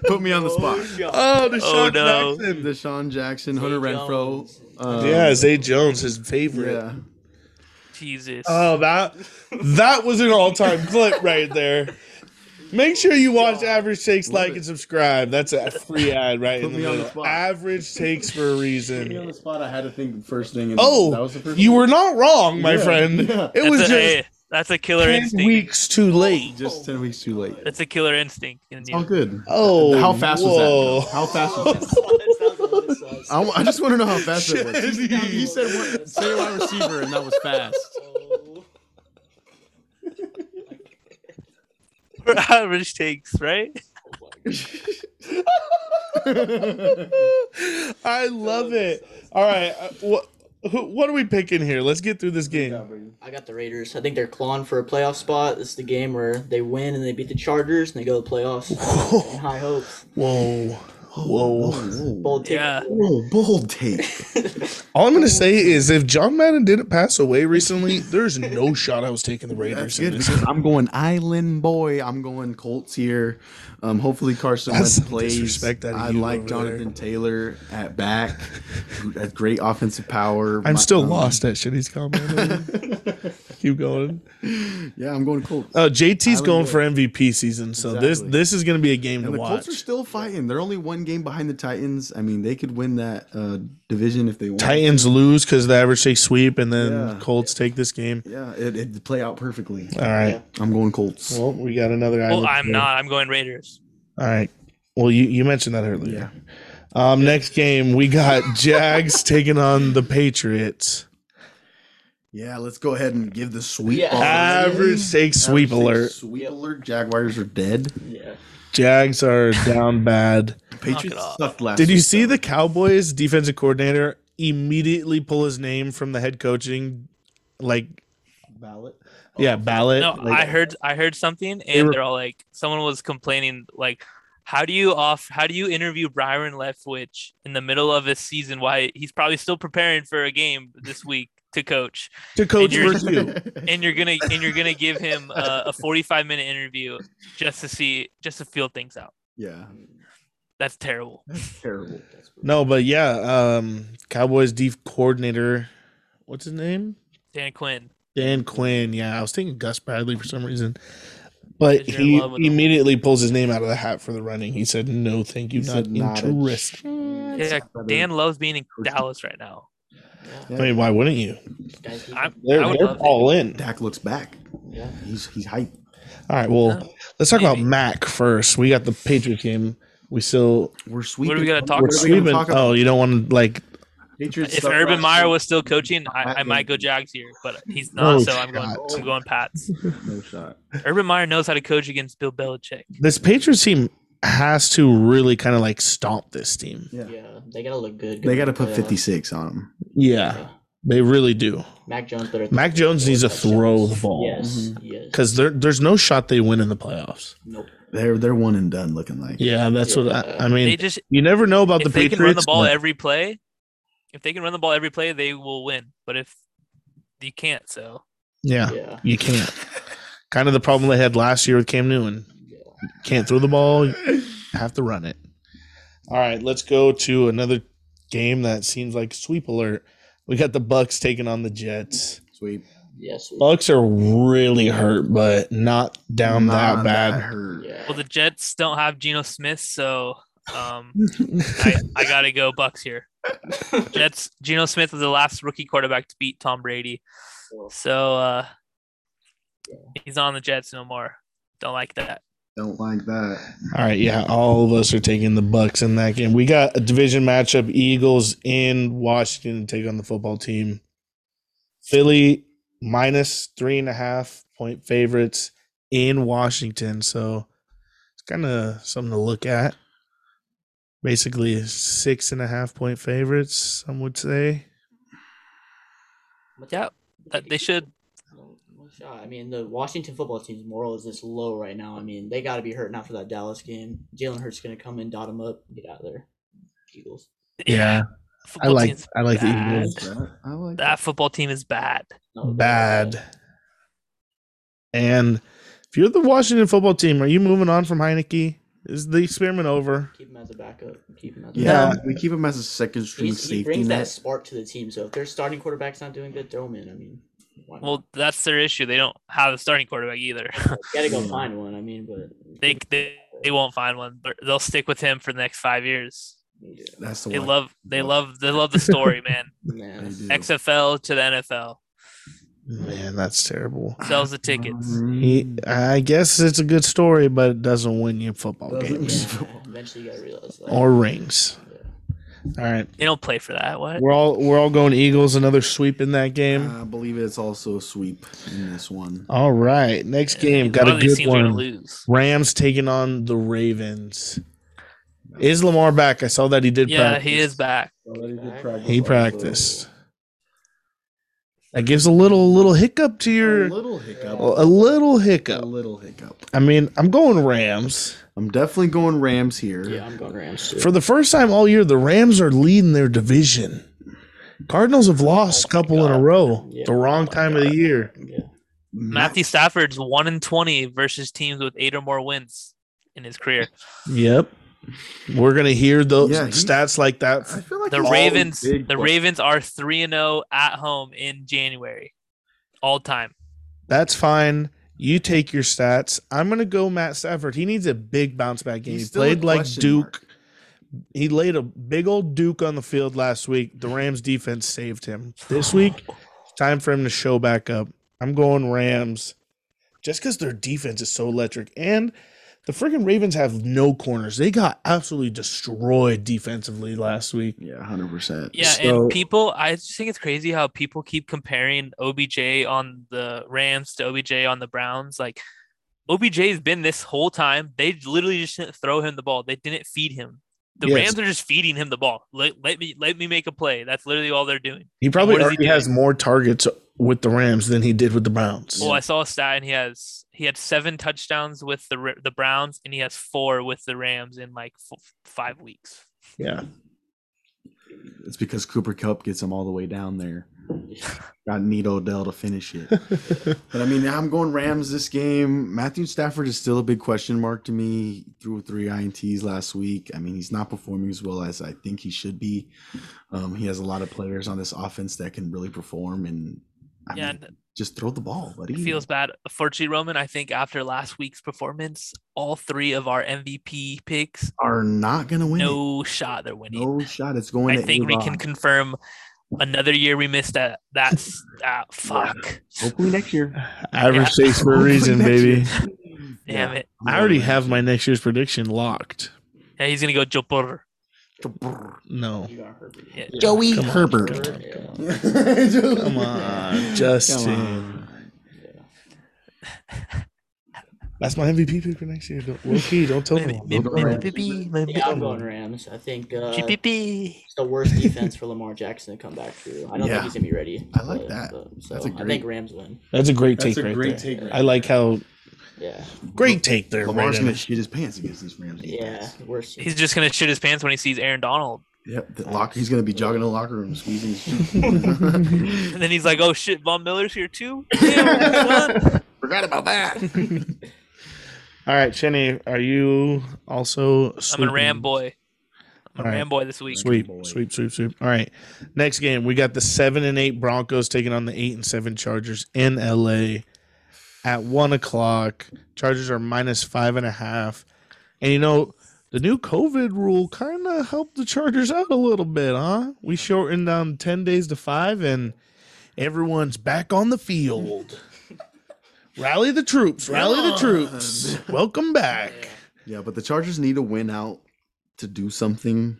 Speaker 4: [LAUGHS]
Speaker 2: [LAUGHS] Put me on the spot.
Speaker 1: oh, Deshaun
Speaker 4: Oh, no.
Speaker 1: Jackson.
Speaker 2: Deshaun Jackson, Hunter
Speaker 3: Zay
Speaker 2: Renfro.
Speaker 3: Jones.
Speaker 2: um,
Speaker 1: yeah, Zay Jones, his favorite.
Speaker 2: Yeah.
Speaker 4: Jesus.
Speaker 1: Oh, that that was an all-time clip right there. Make sure you watch Average Takes,
Speaker 2: Love
Speaker 1: like
Speaker 2: it.
Speaker 1: and subscribe. That's a free ad right
Speaker 2: Put
Speaker 1: in the
Speaker 2: me on the
Speaker 1: middle.
Speaker 2: spot.
Speaker 1: Average Takes for a
Speaker 2: Put me on
Speaker 1: reason.
Speaker 2: the spot. I had to think first thing. And
Speaker 1: Oh,
Speaker 2: that was the first
Speaker 1: You
Speaker 2: thing.
Speaker 1: were not wrong, my
Speaker 2: Yeah,
Speaker 1: friend.
Speaker 2: yeah.
Speaker 1: It
Speaker 4: that's
Speaker 1: was
Speaker 4: a,
Speaker 1: just
Speaker 4: hey, that's a killer
Speaker 1: ten
Speaker 4: instinct.
Speaker 1: weeks too late.
Speaker 2: just ten weeks too late.
Speaker 4: That's a killer instinct in you.
Speaker 2: All good.
Speaker 1: Oh,
Speaker 2: how fast
Speaker 1: whoa.
Speaker 2: was that? How
Speaker 1: [LAUGHS]
Speaker 2: fast was that? I, w- I just want to know how fast that was.
Speaker 1: Shit.
Speaker 2: You- You said one, say a wide receiver, and that was fast.
Speaker 4: For [LAUGHS] average takes, right?
Speaker 1: I love it. All right, uh, what who, what are we picking here? Let's get through this game.
Speaker 3: I got the Raiders. I think they're clawing for a playoff spot. This is the game where they win and they beat the Chargers and they go to the playoffs. in high hopes.
Speaker 1: Whoa, whoa.
Speaker 2: Whoa,
Speaker 3: Bold take.
Speaker 4: Yeah.
Speaker 2: [LAUGHS] Whoa, bold take.
Speaker 1: All I'm gonna say is, if John Madden didn't pass away recently, there's no [LAUGHS] shot I was taking the
Speaker 2: That's
Speaker 1: Raiders.
Speaker 2: good
Speaker 1: In this.
Speaker 2: because I'm going Island Boy. I'm going Colts here. Um, hopefully Carson
Speaker 1: That's
Speaker 2: Wentz
Speaker 1: some
Speaker 2: plays.
Speaker 1: disrespect out of
Speaker 2: I
Speaker 1: you
Speaker 2: like
Speaker 1: over
Speaker 2: Jonathan Taylor at back. A great offensive power.
Speaker 1: I'm
Speaker 2: My-
Speaker 1: still
Speaker 2: um,
Speaker 1: [LAUGHS] lost at shitty's comment. Keep going.
Speaker 2: yeah, I'm going Colts.
Speaker 1: Oh, JT's
Speaker 2: would
Speaker 1: going
Speaker 2: do it.
Speaker 1: for MVP season, so this
Speaker 2: Exactly.
Speaker 1: this is going to be a game
Speaker 2: and
Speaker 1: to
Speaker 2: the
Speaker 1: watch.
Speaker 2: Colts are still fighting. They're only one game behind the Titans. I mean, they could win that uh, division if they want.
Speaker 1: Titans lose because the average they sweep, and then
Speaker 2: Yeah.
Speaker 1: Colts take this game.
Speaker 2: Yeah, it it'd play out perfectly.
Speaker 1: All right.
Speaker 2: I'm going Colts.
Speaker 1: Well, we got another.
Speaker 4: Well,
Speaker 1: eyelid
Speaker 4: I'm
Speaker 1: there.
Speaker 4: not. I'm going Raiders.
Speaker 1: All right. Well, you, you mentioned that earlier. Um, next game we got [LAUGHS] Jags taking on the Patriots.
Speaker 2: Yeah, let's go ahead and give the sweep.
Speaker 3: Yeah.
Speaker 2: already.
Speaker 1: Average sake sweep
Speaker 2: Oh, Average
Speaker 1: alert.
Speaker 2: Sweep
Speaker 3: Yep.
Speaker 2: alert. Jaguars are dead.
Speaker 3: Yeah.
Speaker 1: Jags are down bad.
Speaker 2: Patriots
Speaker 4: off.
Speaker 2: sucked last.
Speaker 1: Did you
Speaker 2: week,
Speaker 1: see
Speaker 2: though.
Speaker 1: the Cowboys defensive coordinator immediately pull his name from the head coaching like ballot? [LAUGHS] Yeah, ballot.
Speaker 4: No,
Speaker 1: Like,
Speaker 4: I heard. I heard something, and
Speaker 1: were-
Speaker 4: they are all like, someone was complaining, like, how do you off? How do you interview Byron Leftwich in the middle of his season? Why he's probably still preparing for a game this week to coach,
Speaker 1: to coach
Speaker 4: and you're- [LAUGHS]
Speaker 1: Purdue.
Speaker 4: and you're gonna and you're gonna give him a, a 45 minute interview just to see, just to feel things out.
Speaker 2: yeah,
Speaker 4: That's terrible.
Speaker 2: that's terrible.
Speaker 3: That's
Speaker 1: No, but yeah, um, Cowboys def coordinator. What's his name?
Speaker 4: Dan Quinn.
Speaker 1: Dan Quinn. Yeah, I was thinking Gus Bradley for some reason. But
Speaker 4: Because you're
Speaker 1: he
Speaker 4: in love with him.
Speaker 1: immediately pulls his name out of the hat for the running. He said, "No, thank you,
Speaker 2: He
Speaker 1: not
Speaker 2: said not a
Speaker 1: interested."
Speaker 2: chance.
Speaker 4: Yeah,
Speaker 2: Better-
Speaker 4: Dan loves being in
Speaker 2: Person.
Speaker 4: Dallas right now.
Speaker 3: yeah.
Speaker 1: I mean, why wouldn't you?
Speaker 3: Guys, keep
Speaker 4: I'm-
Speaker 3: it.
Speaker 1: They're,
Speaker 4: I would
Speaker 1: they're
Speaker 4: love it.
Speaker 1: all in.
Speaker 2: Dak looks back.
Speaker 3: yeah.
Speaker 2: He's he's hype.
Speaker 1: All right, well,
Speaker 4: Yeah.
Speaker 1: let's talk about
Speaker 4: Maybe.
Speaker 1: Mac first. We got the Patriots game. We still
Speaker 2: We're sweeping.
Speaker 4: we gotta talk
Speaker 1: we're
Speaker 4: about?
Speaker 2: we gonna
Speaker 1: sweeping.
Speaker 2: talk about?
Speaker 1: Oh, you don't want to like?
Speaker 2: Patriots
Speaker 4: if
Speaker 2: suck
Speaker 4: Urban
Speaker 2: last
Speaker 4: Meyer
Speaker 2: week.
Speaker 4: was still coaching, I, I might go Jags here, but he's not,
Speaker 1: Oh,
Speaker 4: so I'm going.
Speaker 1: God.
Speaker 4: I'm going Pats.
Speaker 2: no shot.
Speaker 4: Urban Meyer knows how to coach against Bill Belichick.
Speaker 1: This Patriots team has to really kind of like stomp this team.
Speaker 2: Yeah,
Speaker 3: Yeah. They gotta look good.
Speaker 2: they
Speaker 3: going
Speaker 2: got to
Speaker 3: into
Speaker 2: put
Speaker 3: playoffs.
Speaker 2: 56 on him.
Speaker 1: Yeah, they really do.
Speaker 3: Mac Jones better.
Speaker 1: Mac Jones needs to throw the ball.
Speaker 3: Yes.
Speaker 2: Mm-hmm.
Speaker 3: Yes.
Speaker 1: because there, there's no shot they win in the playoffs.
Speaker 3: Nope.
Speaker 2: They're they're one and done looking like.
Speaker 1: Yeah, that's what I, I mean.
Speaker 4: They just
Speaker 1: You never know about the
Speaker 4: if they
Speaker 1: Patriots.
Speaker 4: can run the ball
Speaker 1: but
Speaker 4: every play, if they can run the ball every play, they will win. But if you can't, so
Speaker 1: yeah,
Speaker 3: Yeah.
Speaker 1: you can't. kind of the problem they had last year with Cam Newton.
Speaker 3: Yeah.
Speaker 1: Can't throw the ball, you have to run it. All right, let's go to another game that seems like sweep alert. We got the Bucks taking on the Jets.
Speaker 2: Sweep.
Speaker 3: Yes. we-
Speaker 1: Bucks are really hurt, but not down that
Speaker 2: Not
Speaker 1: bad.
Speaker 2: hurt.
Speaker 3: Yeah.
Speaker 4: well, the Jets don't have Geno Smith, so um,
Speaker 1: [LAUGHS]
Speaker 4: I, I gotta go Bucks here. Jets Geno Smith was the last rookie quarterback to beat Tom Brady, so uh, he's on the Jets no more. Don't like that.
Speaker 2: Don't like that.
Speaker 1: All right, yeah, all of us are taking the Bucks in that game. We got a division matchup: Eagles in Washington to take on the football team. Philly minus three and a half point favorites in Washington, so it's kind of something to look at. Basically, six and a half point favorites, some would say.
Speaker 4: Yeah, that- Uh, they should.
Speaker 3: No- no shot. I mean, the Washington football team's moral is this low right now. I mean, they got to be hurting after that Dallas game. Jalen Hurts going to come in, dot him up, get out of there. Eagles.
Speaker 1: Yeah, I
Speaker 4: Football
Speaker 1: like
Speaker 4: team's
Speaker 1: I like the
Speaker 4: bad.
Speaker 1: Eagles.
Speaker 2: I like
Speaker 4: that football team is bad.
Speaker 3: No, they're
Speaker 1: bad. And if you're the Washington football team, are you moving on from Heineke? Is the experiment over?
Speaker 3: Keep him as a backup. Keep him as a
Speaker 2: Yeah,
Speaker 1: Yeah.
Speaker 2: we keep him as a second string
Speaker 3: He's, he
Speaker 2: safety
Speaker 3: brings that
Speaker 2: net.
Speaker 3: spark to the team. So if their starting quarterback's not doing good, throw him in. I mean, why not?
Speaker 4: Well, that's their issue. They don't have a starting quarterback either.
Speaker 3: got to go
Speaker 1: yeah.
Speaker 3: find one. I mean, but
Speaker 4: they, they they won't find one. But they'll stick with him for the next five years.
Speaker 3: yeah,
Speaker 2: That's the
Speaker 4: They
Speaker 2: one.
Speaker 4: love they love they love the story, man.
Speaker 2: I
Speaker 3: nah.
Speaker 2: do.
Speaker 4: XFL to the NFL
Speaker 1: Man, that's terrible.
Speaker 4: sells the
Speaker 2: Mm.
Speaker 4: tickets.
Speaker 1: He,
Speaker 4: Mm.
Speaker 1: I guess it's a good story, but it doesn't win you football
Speaker 2: Doesn't.
Speaker 1: games [LAUGHS]
Speaker 3: Yeah, eventually you got to realize that.
Speaker 1: or rings.
Speaker 3: Yeah.
Speaker 1: All right,
Speaker 4: They don't play for that. What?
Speaker 1: we're all we're all going Eagles. Another sweep in that game.
Speaker 4: Uh,
Speaker 2: I believe it's also a sweep in this one.
Speaker 1: All right, next game got
Speaker 4: One
Speaker 1: a
Speaker 4: of these
Speaker 1: good
Speaker 4: teams are gonna
Speaker 1: one.
Speaker 4: lose.
Speaker 1: Rams taking on the Ravens. Is Lamar back? I saw that he did.
Speaker 4: Yeah,
Speaker 1: practice.
Speaker 4: he is back.
Speaker 2: Oh,
Speaker 1: He practiced. That gives a little little hiccup to
Speaker 2: A
Speaker 1: your
Speaker 2: little hiccup.
Speaker 1: a little
Speaker 2: A
Speaker 1: hiccup.
Speaker 2: little hiccup.
Speaker 1: I mean, I'm going Rams.
Speaker 2: I'm definitely going Rams here.
Speaker 3: Yeah, I'm going Rams too.
Speaker 1: For the first time all year, the Rams are leading their division. Cardinals have lost a couple in a row.
Speaker 3: Oh Yeah. Oh
Speaker 1: The wrong time of the year.
Speaker 3: yeah.
Speaker 2: Matt-
Speaker 4: Matthew Stafford's one in twenty versus teams with eight or more wins in his career.
Speaker 1: Yep. We're gonna hear those
Speaker 2: Yeah, he-
Speaker 1: stats like that.
Speaker 2: I feel like
Speaker 4: The
Speaker 2: he's
Speaker 4: Ravens
Speaker 2: big,
Speaker 4: the
Speaker 2: but
Speaker 4: oh Ravens are three and zero at home in January, all time.
Speaker 1: That's fine. You take your stats. I'm gonna go Matt Stafford. He needs a big bounce back game.
Speaker 2: He's
Speaker 1: He
Speaker 2: still a
Speaker 1: played like
Speaker 2: question
Speaker 1: Duke.
Speaker 2: mark.
Speaker 1: He laid a big old Duke on the field last week. The Rams defense saved him. This week, it's time for him to show back up. I'm going Rams just because their defense is so electric. And the freaking Ravens have no corners. They got absolutely destroyed defensively last week.
Speaker 2: Yeah, hundred percent.
Speaker 4: Yeah,
Speaker 1: So-
Speaker 4: and people, I just think it's crazy how people keep comparing OBJ on the Rams to OBJ on the Browns. Like, OBJ's been this whole time. They literally just didn't throw him the ball. They didn't feed him. The
Speaker 1: Yes.
Speaker 4: Rams are just feeding him the ball. Let, let me let me make a play. That's literally all they're doing.
Speaker 1: He probably
Speaker 4: What is he
Speaker 1: already has more targets with the Rams than he did with the Browns.
Speaker 4: Well, Oh, I saw a stat, and he has he had seven touchdowns with the Ra- the Browns, and he has four with the Rams in like f- five weeks. [LAUGHS]
Speaker 1: Yeah.
Speaker 2: It's because Cooper Cup gets him all the way down there.
Speaker 4: [LAUGHS]
Speaker 2: I need Odell to finish it. But I mean, I'm going Rams this game. Matthew Stafford is still a big question mark to me. He threw three ints last week. I mean, he's not performing as well as I think he should be. Um, he has a lot of players on this offense that can really perform, and I
Speaker 4: Yeah,
Speaker 2: mean, just throw the ball, buddy.
Speaker 4: It feels bad for G Roman. I think after last week's performance, all three of our MVP picks,
Speaker 2: are not gonna win. it.
Speaker 4: no shot they're winning.
Speaker 2: no shot. It's going.
Speaker 4: I
Speaker 2: to
Speaker 4: think we can
Speaker 2: A-Rod.
Speaker 4: confirm another year we missed that. That's ah, fuck.
Speaker 2: Hopefully next year.
Speaker 1: Average
Speaker 4: Yeah.
Speaker 1: stakes for a
Speaker 2: Hopefully
Speaker 4: [LAUGHS]
Speaker 1: reason,
Speaker 2: next
Speaker 1: baby.
Speaker 2: year.
Speaker 4: Damn
Speaker 2: Yeah.
Speaker 4: it.
Speaker 1: I already have my next year's prediction locked.
Speaker 4: Yeah, he's gonna go Jopor.
Speaker 1: No.
Speaker 3: You got Herbert.
Speaker 4: Yeah.
Speaker 2: Joey
Speaker 1: Come on,
Speaker 2: Herbert.
Speaker 1: come on,
Speaker 3: Yeah.
Speaker 1: come on.
Speaker 2: [LAUGHS] Come
Speaker 1: on, Justin.
Speaker 3: Yeah.
Speaker 1: That's my MVP pick for next year. Don't, low key, don't tell me.
Speaker 2: maybe- Rams.
Speaker 3: Yeah, I'm going Rams. I think uh, it's
Speaker 4: GPP.
Speaker 3: the worst defense for Lamar Jackson to come back through. I don't
Speaker 2: Yeah.
Speaker 3: think he's gonna be ready.
Speaker 2: I like
Speaker 3: but-
Speaker 2: that.
Speaker 3: but- so
Speaker 2: That's a
Speaker 3: I
Speaker 2: great-
Speaker 3: think Rams win.
Speaker 1: That's a great
Speaker 2: That's
Speaker 1: take.
Speaker 2: a
Speaker 1: right
Speaker 2: great
Speaker 1: there.
Speaker 2: take right
Speaker 1: I like how
Speaker 3: Yeah,
Speaker 1: great take there.
Speaker 2: Lamar's
Speaker 1: Brandon.
Speaker 2: gonna shit his pants against these Rams.
Speaker 3: yeah,
Speaker 2: defense.
Speaker 3: worst.
Speaker 4: He's just gonna shit his pants when he sees Aaron Donald.
Speaker 2: Yep. The locker, he's gonna be jogging in the locker room, squeezing [LAUGHS] his.
Speaker 4: And then he's like, Oh shit, Von Miller's here too? Damn,
Speaker 2: [LAUGHS]
Speaker 4: what?
Speaker 2: [LAUGHS] Forgot about that.
Speaker 1: All right, Chenny, are you also?
Speaker 4: I'm a
Speaker 1: sweeping?
Speaker 4: Ram boy. I'm a
Speaker 1: All right.
Speaker 4: Ram boy this week.
Speaker 1: Sweep,
Speaker 2: Boy.
Speaker 1: sweep, sweep, sweep. All right, next game we got the seven and eight Broncos taking on the eight and seven Chargers in LA at one o'clock. Chargers are minus five and a half, and you know the new COVID rule kind of helped the Chargers out a little bit, huh? We shortened down ten days to five, and everyone's back on the
Speaker 2: [LAUGHS]
Speaker 1: field. rally the troops! Rally the troops! Welcome back.
Speaker 2: [LAUGHS] Yeah, but the Chargers need to win out to do something.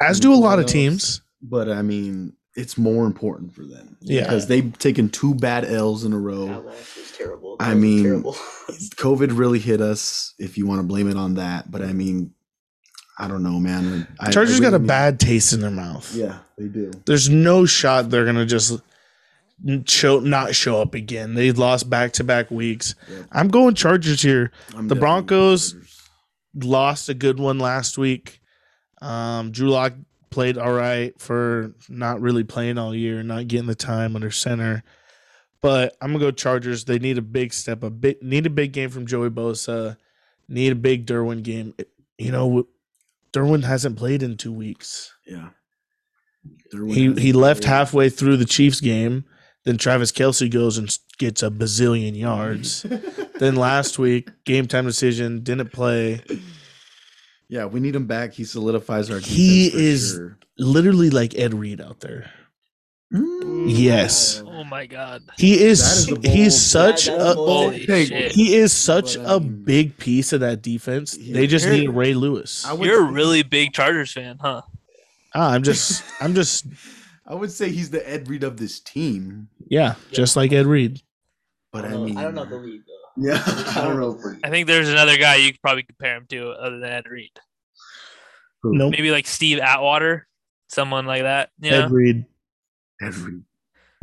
Speaker 1: As do a lot of
Speaker 2: Else.
Speaker 1: teams.
Speaker 2: But I mean, it's more important for them.
Speaker 1: Yeah.
Speaker 2: Because they've taken two bad L's in a row.
Speaker 3: That loss was terrible.
Speaker 2: Oh. I
Speaker 3: That was
Speaker 2: mean-
Speaker 3: terrible. [LAUGHS]
Speaker 2: COVID really hit us, if you want to blame it on that. But I mean, I don't know, man. I,
Speaker 1: Chargers
Speaker 2: I
Speaker 1: got a
Speaker 2: really-
Speaker 1: bad taste in their mouth.
Speaker 2: Yeah, they do.
Speaker 1: There's no shot they're gonna just n- show not show up again. They lost back to back weeks.
Speaker 2: Yep.
Speaker 1: I'm going Chargers here.
Speaker 2: I'm
Speaker 1: The
Speaker 2: definitely
Speaker 1: Broncos-
Speaker 2: Chargers.
Speaker 1: Lost a good one last week. Um, Drew Lock played all right for not really playing all year, not getting the time under center. But I'm gonna go Chargers. They need a big step, a bit need a big game from Joey Bosa. Need a big Derwin game. You know, Derwin hasn't played in two weeks.
Speaker 2: Yeah. Derwin
Speaker 1: He
Speaker 2: has
Speaker 1: he
Speaker 2: the
Speaker 1: left
Speaker 2: ball.
Speaker 1: halfway through the Chiefs game. Then Travis Kelsey goes and s- gets a bazillion
Speaker 2: [LAUGHS]
Speaker 1: yards. then last week, game time decision didn't play.
Speaker 2: Yeah, we need him back. He solidifies our.
Speaker 1: He
Speaker 2: defense for
Speaker 1: is-
Speaker 2: sure.
Speaker 1: Literally like Ed Reed out there.
Speaker 3: Mm,
Speaker 2: [LAUGHS]
Speaker 1: Mm. Yes.
Speaker 4: Oh my god.
Speaker 1: He is,
Speaker 2: That is a bold-
Speaker 1: he's such
Speaker 3: That- that's
Speaker 1: a
Speaker 3: bold.
Speaker 4: Holy
Speaker 2: Hey,
Speaker 4: shit.
Speaker 1: he is such
Speaker 2: But um, I
Speaker 1: a
Speaker 2: mean-
Speaker 1: big piece of that defense. They just
Speaker 4: Here-
Speaker 1: need Ray Lewis.
Speaker 2: I would-
Speaker 4: You're a really big Chargers fan, huh?
Speaker 1: Ah, I'm just I'm just
Speaker 2: I would say he's the Ed Reed of this team, [LAUGHS]
Speaker 1: yeah, just like Ed Reed.
Speaker 2: but
Speaker 3: I,
Speaker 2: I,
Speaker 3: don't know-
Speaker 2: mean,
Speaker 3: I don't know the lead
Speaker 2: [LAUGHS]
Speaker 3: though. [LAUGHS]
Speaker 2: Yeah, I don't know. For,
Speaker 4: I think there's another guy you could probably compare him to other than Ed Reed.
Speaker 1: No,
Speaker 4: Maybe like Steve Atwater, someone like that. You know?
Speaker 1: Ed Reed.
Speaker 2: Ed Reed.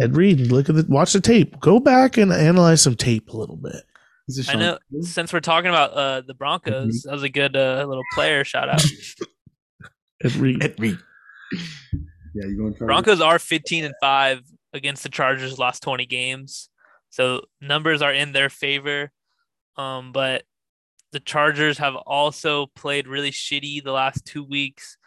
Speaker 1: Ed Reed, look at the watch the tape. Go back and analyze some tape a little bit.
Speaker 2: He's a
Speaker 4: I
Speaker 2: Sean
Speaker 4: know.
Speaker 2: Payton.
Speaker 4: Since we're talking about uh, the Broncos, that was a good uh, little player shout out.
Speaker 1: Ed Reed.
Speaker 2: Ed Reed. Yeah, you going Chargers?
Speaker 4: Broncos are 15 and five against the Chargers. Lost 20 games, so numbers are in their favor. Um, but the Chargers have also played really shitty the last two weeks.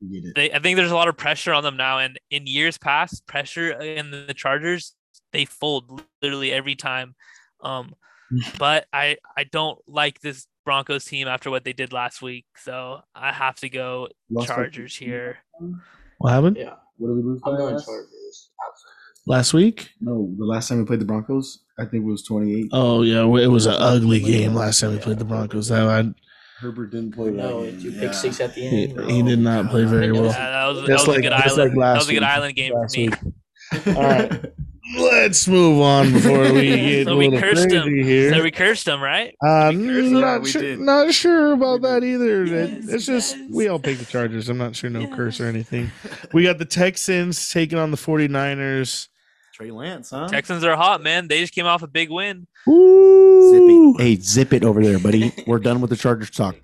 Speaker 2: You get it.
Speaker 4: they I think there's a lot of pressure on them now. And in years past, pressure in the Chargers they fold literally every time.
Speaker 1: [LAUGHS]
Speaker 4: Um, but I I don't like this Broncos team after what they did last week, so I have to go
Speaker 2: Lost by
Speaker 4: Chargers
Speaker 2: 15.
Speaker 4: here.
Speaker 1: What happened
Speaker 3: Yeah,
Speaker 2: What did we lose by?
Speaker 3: I'm going
Speaker 2: last?
Speaker 3: Chargers.
Speaker 1: last week?
Speaker 2: No, the last time we played the Broncos, I think it was 28.
Speaker 1: Oh yeah, it was an ugly game last time we played the Broncos. That I,
Speaker 2: Herbert didn't play that.
Speaker 3: No,
Speaker 2: game.
Speaker 3: you
Speaker 2: Yeah.
Speaker 3: pick six at the
Speaker 1: he,
Speaker 3: end.
Speaker 1: he did not play very
Speaker 3: [LAUGHS]
Speaker 4: Yeah,
Speaker 1: well.
Speaker 4: that was, that
Speaker 1: That's
Speaker 4: was a
Speaker 1: like-
Speaker 4: good
Speaker 1: that's like
Speaker 4: island. that
Speaker 1: last
Speaker 4: was a good
Speaker 1: week.
Speaker 4: island game
Speaker 1: Last
Speaker 4: for me.
Speaker 1: week. All right. Let's move [LAUGHS] on before we get
Speaker 4: So
Speaker 1: a
Speaker 4: we
Speaker 1: little
Speaker 4: cursed
Speaker 1: crazy
Speaker 4: him.
Speaker 1: here.
Speaker 4: So we cursed them, right?
Speaker 1: Uh,
Speaker 4: We cursed him?
Speaker 2: Yeah,
Speaker 1: not,
Speaker 2: we
Speaker 1: sure,
Speaker 2: did.
Speaker 1: not sure about
Speaker 2: We
Speaker 1: that either.
Speaker 4: Yes,
Speaker 1: it's just
Speaker 4: yes.
Speaker 1: we all pick the Chargers. I'm not sure no curse or
Speaker 4: Yes.
Speaker 3: [LAUGHS]
Speaker 1: anything. We got the Texans taking on the 49ers.
Speaker 2: Trey Lance, huh?
Speaker 4: Texans are hot, man. They just came off a big win.
Speaker 1: Ooh.
Speaker 2: Hey, zip it over there, buddy. We're done with the Chargers talk.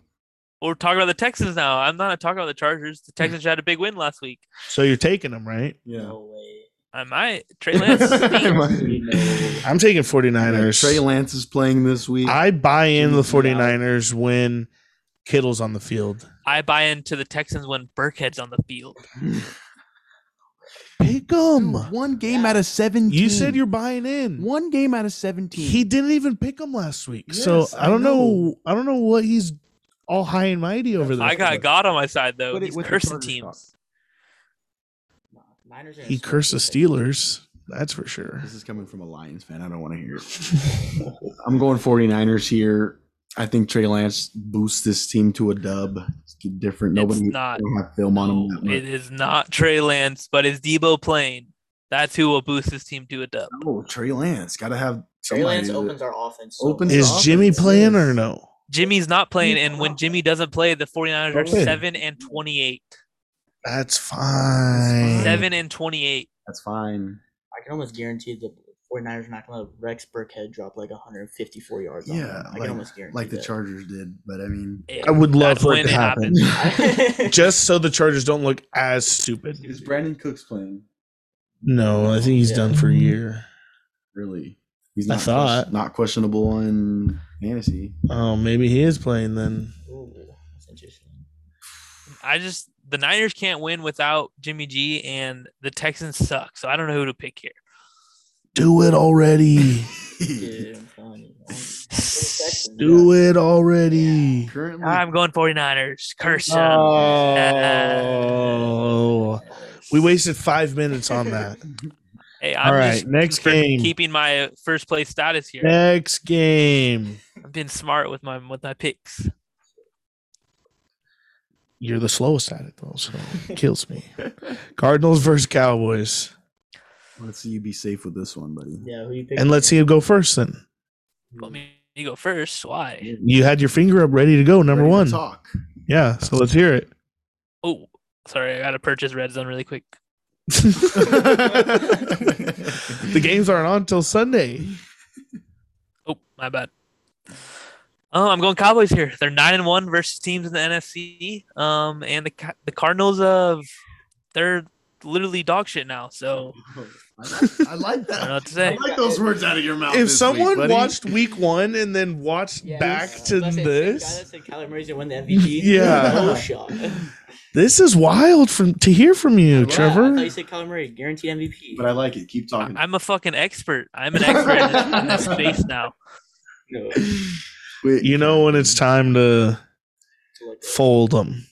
Speaker 4: We're talking about the Texans now. I'm not talking about the Chargers. The Texans had a big win last week.
Speaker 1: So you're taking them, right?
Speaker 2: Yeah.
Speaker 3: [LAUGHS] No way.
Speaker 4: I might. Trey
Speaker 1: [LAUGHS]
Speaker 2: [LAUGHS]
Speaker 4: Lance. stinks.
Speaker 3: No.
Speaker 1: I'm taking
Speaker 2: Yeah,
Speaker 1: 49ers.
Speaker 2: Trey Lance is playing this week.
Speaker 1: I buy in the
Speaker 2: Dude, yeah.
Speaker 1: 49ers when Kittle's on the field.
Speaker 4: I buy into the Texans when Burkhead's on the field.
Speaker 1: Pick 'em.
Speaker 2: Dude, one game out of 17.
Speaker 1: You said you're buying in.
Speaker 2: one game out of 17.
Speaker 1: He didn't even pick him last week. so
Speaker 2: Yes,
Speaker 1: I
Speaker 2: I
Speaker 1: don't know.
Speaker 2: know.
Speaker 1: I don't know what he's all high and mighty over there.
Speaker 4: I got God on my side though.
Speaker 2: Put it
Speaker 4: He's
Speaker 2: with the
Speaker 4: cursing
Speaker 2: Chargers talk.
Speaker 4: Oh, teams.
Speaker 3: Niners are
Speaker 1: he
Speaker 3: gonna sweep
Speaker 1: cursed the
Speaker 3: this thing.
Speaker 1: Steelers. That's for sure.
Speaker 2: This is coming from a Lions fan. I don't want to hear it. [LAUGHS] I'm going 49ers here. I think Trey Lance boosts this team to a dub. It's different.
Speaker 4: It's
Speaker 2: Nobody
Speaker 4: not.
Speaker 2: don't have film on him.
Speaker 4: No,
Speaker 2: That much.
Speaker 4: it is not Trey Lance, but is Debo playing? That's who will boost this team to a dub.
Speaker 2: No, Oh, Trey Lance. Got to have
Speaker 3: Trey Lance
Speaker 2: somebody that-
Speaker 3: opens our offense. so
Speaker 2: Opens
Speaker 3: much.
Speaker 1: Is
Speaker 2: offense,
Speaker 1: Jimmy
Speaker 2: yes.
Speaker 1: playing or no?
Speaker 4: Jimmy's not playing, and when Jimmy doesn't play, the 49ers are
Speaker 1: Okay.
Speaker 4: 7 and 28.
Speaker 1: That's fine.
Speaker 4: 7 and 28.
Speaker 2: That's fine.
Speaker 3: I can almost guarantee the 49ers are not going to let Rex Burkhead drop like 154 yards. on
Speaker 2: Yeah,
Speaker 3: them. I
Speaker 2: like-
Speaker 3: can almost guarantee
Speaker 2: Like the
Speaker 3: that.
Speaker 2: Chargers did, but I mean,
Speaker 1: I would love
Speaker 4: That's
Speaker 1: for
Speaker 4: when
Speaker 1: it to
Speaker 4: it
Speaker 1: happen. [LAUGHS]
Speaker 4: happens.
Speaker 1: Just so the Chargers don't look as stupid.
Speaker 2: is Brandon Cooks playing?
Speaker 1: No, I think he's
Speaker 3: Yeah.
Speaker 1: done for a year.
Speaker 2: Really? He's
Speaker 1: I
Speaker 2: not
Speaker 1: thought.
Speaker 2: not questionable on fantasy.
Speaker 1: Oh, maybe he is playing then.
Speaker 3: [LAUGHS] Ooh, that's interesting.
Speaker 4: I just the Niners can't win without Jimmy G, and the Texans suck. So I don't know who to pick here.
Speaker 1: Do it [LAUGHS] already.
Speaker 3: Dude, I'm telling you. man.
Speaker 1: [LAUGHS] Do it already.
Speaker 2: Currently,
Speaker 4: I'm going 49ers. Curse
Speaker 1: Uh,
Speaker 4: him.
Speaker 1: Oh. We wasted five minutes on
Speaker 3: [LAUGHS]
Speaker 1: that.
Speaker 4: hey, I'm
Speaker 1: All right,
Speaker 4: just
Speaker 1: next
Speaker 4: for
Speaker 1: game.
Speaker 4: keeping my first place status here.
Speaker 1: Next game.
Speaker 4: I've been smart with my with my picks.
Speaker 1: You're the slowest at it though, so it kills me. Cardinals versus Cowboys.
Speaker 2: let's see you be safe with this one, buddy.
Speaker 3: Yeah, who you pick?
Speaker 1: And let's see him go first then.
Speaker 4: Let me you go first. Why?
Speaker 1: You had your finger up ready to go, number
Speaker 2: Ready to
Speaker 1: one.
Speaker 2: [LAUGHS] Talk.
Speaker 1: Yeah, so let's hear
Speaker 2: [LAUGHS]
Speaker 1: it.
Speaker 4: Oh, sorry. I gotta purchase Red Zone really quick.
Speaker 1: the games aren't on till Sunday.
Speaker 4: Oh, my bad. Oh, I'm going Cowboys here. They're nine and one versus teams in the NFC. Um, and the Ca- the Cardinals of they're literally dog shit now. So
Speaker 2: I like, I like
Speaker 4: I
Speaker 3: [LAUGHS]
Speaker 4: don't know
Speaker 2: that.
Speaker 4: what to
Speaker 2: I
Speaker 4: say.
Speaker 2: like those words out of your mouth.
Speaker 1: If
Speaker 2: this week,
Speaker 1: someone
Speaker 2: buddy.
Speaker 1: watched week one and then watched
Speaker 3: Yeah,
Speaker 1: back
Speaker 3: who's-
Speaker 1: to
Speaker 3: let's say the same Guy
Speaker 1: this,
Speaker 3: that said Kyler Murray's gonna win the
Speaker 1: [LAUGHS]
Speaker 3: MVP.
Speaker 1: Yeah.
Speaker 3: no shot.
Speaker 1: this is wild from to hear from you,
Speaker 3: Yeah, I
Speaker 1: Trevor.
Speaker 3: thought you said Kyler Murray, guaranteed MVP.
Speaker 2: but I like it. Keep talking.
Speaker 4: I'm a fucking expert. I'm an expert in this, in this space now.
Speaker 3: No,
Speaker 2: Wait,
Speaker 1: you know when it's time to fold them.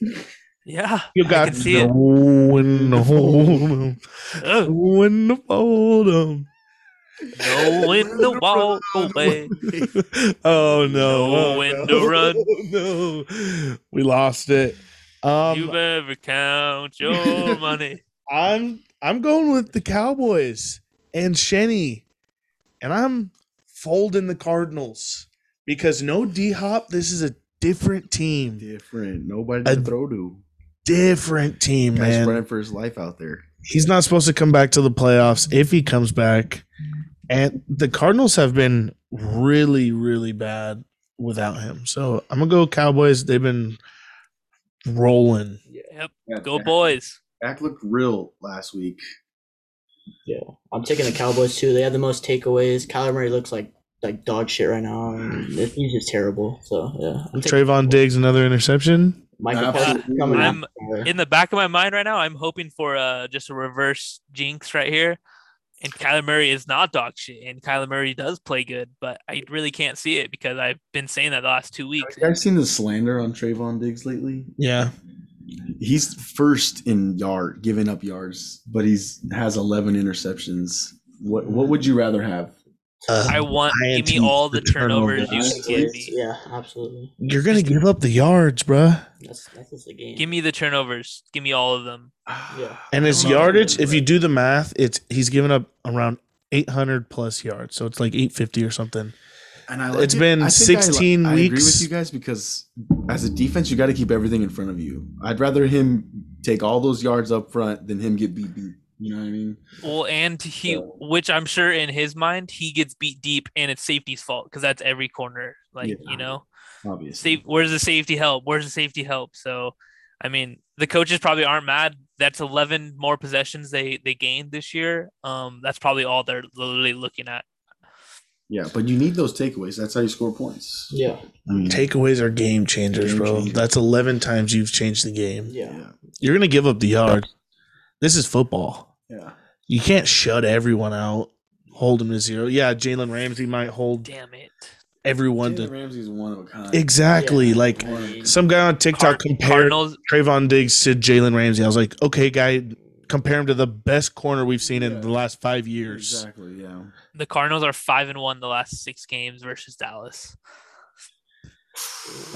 Speaker 4: Yeah,
Speaker 1: You
Speaker 4: I
Speaker 1: got
Speaker 4: can see it.
Speaker 1: when to hold 'em,
Speaker 4: Ugh.
Speaker 1: when to fold
Speaker 4: [LAUGHS]
Speaker 1: 'em.
Speaker 4: no when to walk away.
Speaker 1: Oh no!
Speaker 4: No
Speaker 1: oh, no.
Speaker 4: when
Speaker 1: Oh,
Speaker 4: to
Speaker 1: [LAUGHS]
Speaker 4: run.
Speaker 1: No, we lost it. Um,
Speaker 4: you better count your money.
Speaker 1: I'm I'm going with the Cowboys and Shenny, and I'm folding the Cardinals because no D Hop. This is a different team,
Speaker 2: different. Nobody
Speaker 1: I-
Speaker 2: to throw to.
Speaker 1: different team,
Speaker 2: Guy's
Speaker 1: man.
Speaker 2: running for his life out there.
Speaker 1: He's not supposed to come back to the playoffs if he comes back, and the Cardinals have been really really bad without him. So I'm gonna go Cowboys. They've been rolling.
Speaker 4: Yep,
Speaker 2: Yeah,
Speaker 4: go
Speaker 2: Dak-
Speaker 4: boys.
Speaker 2: Dak looked real last week.
Speaker 3: Yeah, I'm taking the Cowboys too. They have the most takeaways. Kyler Murray looks like like dog shit right now. and He's just terrible. So yeah, I'm taking
Speaker 1: Trayvon Diggs another interception.
Speaker 3: Michael
Speaker 2: Absolutely.
Speaker 3: Parsons coming
Speaker 4: I'm-
Speaker 3: out.
Speaker 4: In the back of my mind right now, I'm hoping for uh just a reverse jinx right here, and Kyler Murray is not dog shit, and Kyler Murray does play good, but I really can't see it because I've been saying that the last two weeks.
Speaker 2: You guys seen the slander on Trayvon Diggs lately?
Speaker 1: Yeah.
Speaker 2: He's first in yard, giving up yards, but he's has eleven interceptions. What what would you rather have?
Speaker 1: Uh,
Speaker 4: I want give me
Speaker 1: INTs
Speaker 4: all the
Speaker 1: to turnovers.
Speaker 4: turnovers you can give me.
Speaker 3: Yeah, absolutely.
Speaker 1: You're gonna give up the yards, bruh.
Speaker 3: That's that's just the game.
Speaker 4: Give me the turnovers. Give me all of them.
Speaker 3: Yeah.
Speaker 1: And it's
Speaker 3: I don't know.
Speaker 1: yardage. If you do the math, it's he's given up around 800 plus yards, so it's like 850 or something.
Speaker 2: And I
Speaker 1: It's been
Speaker 2: I think
Speaker 1: 16
Speaker 2: I, I agree
Speaker 1: weeks.
Speaker 2: with you guys because as a defense, you got to keep everything in front of you. I'd rather him take all those yards up front than him get beat deep. You know what I mean?
Speaker 4: Well, and he,
Speaker 2: So-
Speaker 4: which I'm sure in his mind, he gets beat deep, and it's safety's fault because that's every corner. Like
Speaker 2: Yeah.
Speaker 4: you know,
Speaker 2: Obviously.
Speaker 4: safe. Where's the safety help? Where's the safety help? So, I mean, the coaches probably aren't mad. That's 11 more possessions they they gained this year. Um, that's probably all they're literally looking at.
Speaker 2: Yeah, but you need those takeaways. That's how you score points.
Speaker 3: Yeah,
Speaker 2: I mean,
Speaker 1: Takeaways are game changers,
Speaker 2: Game
Speaker 1: bro.
Speaker 2: changer.
Speaker 1: That's 11 times you've changed the game.
Speaker 3: yeah,
Speaker 1: You're gonna give up the yards. This is football.
Speaker 2: yeah.
Speaker 1: you can't shut everyone out, hold them to zero. Yeah, Jalen Ramsey might hold
Speaker 4: Damn it!
Speaker 1: everyone
Speaker 2: Jalen
Speaker 1: to
Speaker 2: Ramsey's one of a kind.
Speaker 1: exactly
Speaker 3: Yeah.
Speaker 1: like
Speaker 3: I mean,
Speaker 1: some guy on TikTok
Speaker 4: Card-
Speaker 1: compared
Speaker 4: Cardinals.
Speaker 1: Trayvon Diggs to Jalen Ramsey. I was like, okay, guy, compare him to the best corner we've seen in
Speaker 2: Yeah.
Speaker 1: the last five years.
Speaker 2: Exactly. Yeah.
Speaker 4: The Cardinals are five and one the last six games versus Dallas.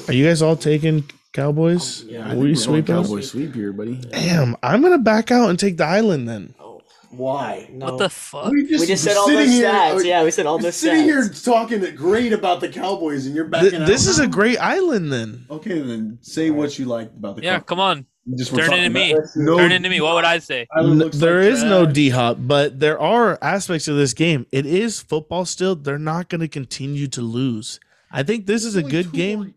Speaker 1: Are you guys all taking Cowboys?
Speaker 3: Yeah, I
Speaker 1: Will
Speaker 2: I think
Speaker 1: you
Speaker 2: we're
Speaker 1: sweep
Speaker 2: going
Speaker 1: them?
Speaker 2: Cowboy sweep here, buddy.
Speaker 1: Damn, I'm gonna back out and take the island then.
Speaker 3: oh,
Speaker 2: Why?
Speaker 3: no.
Speaker 4: What the fuck?
Speaker 2: We
Speaker 3: we just said all those stats. yeah, we said all those stats.
Speaker 2: talking great about the Cowboys, and you're
Speaker 1: Th- this is a great island then.
Speaker 2: Okay, then say what you like about the
Speaker 4: Yeah,
Speaker 2: Cowboys.
Speaker 4: come on,
Speaker 2: Just
Speaker 4: turn it into me.
Speaker 2: No,
Speaker 4: Turn into me. What would I say?
Speaker 1: N- There is no D hop, but there are aspects of this game. It is football still. They're not going to continue to lose. I think this is a good game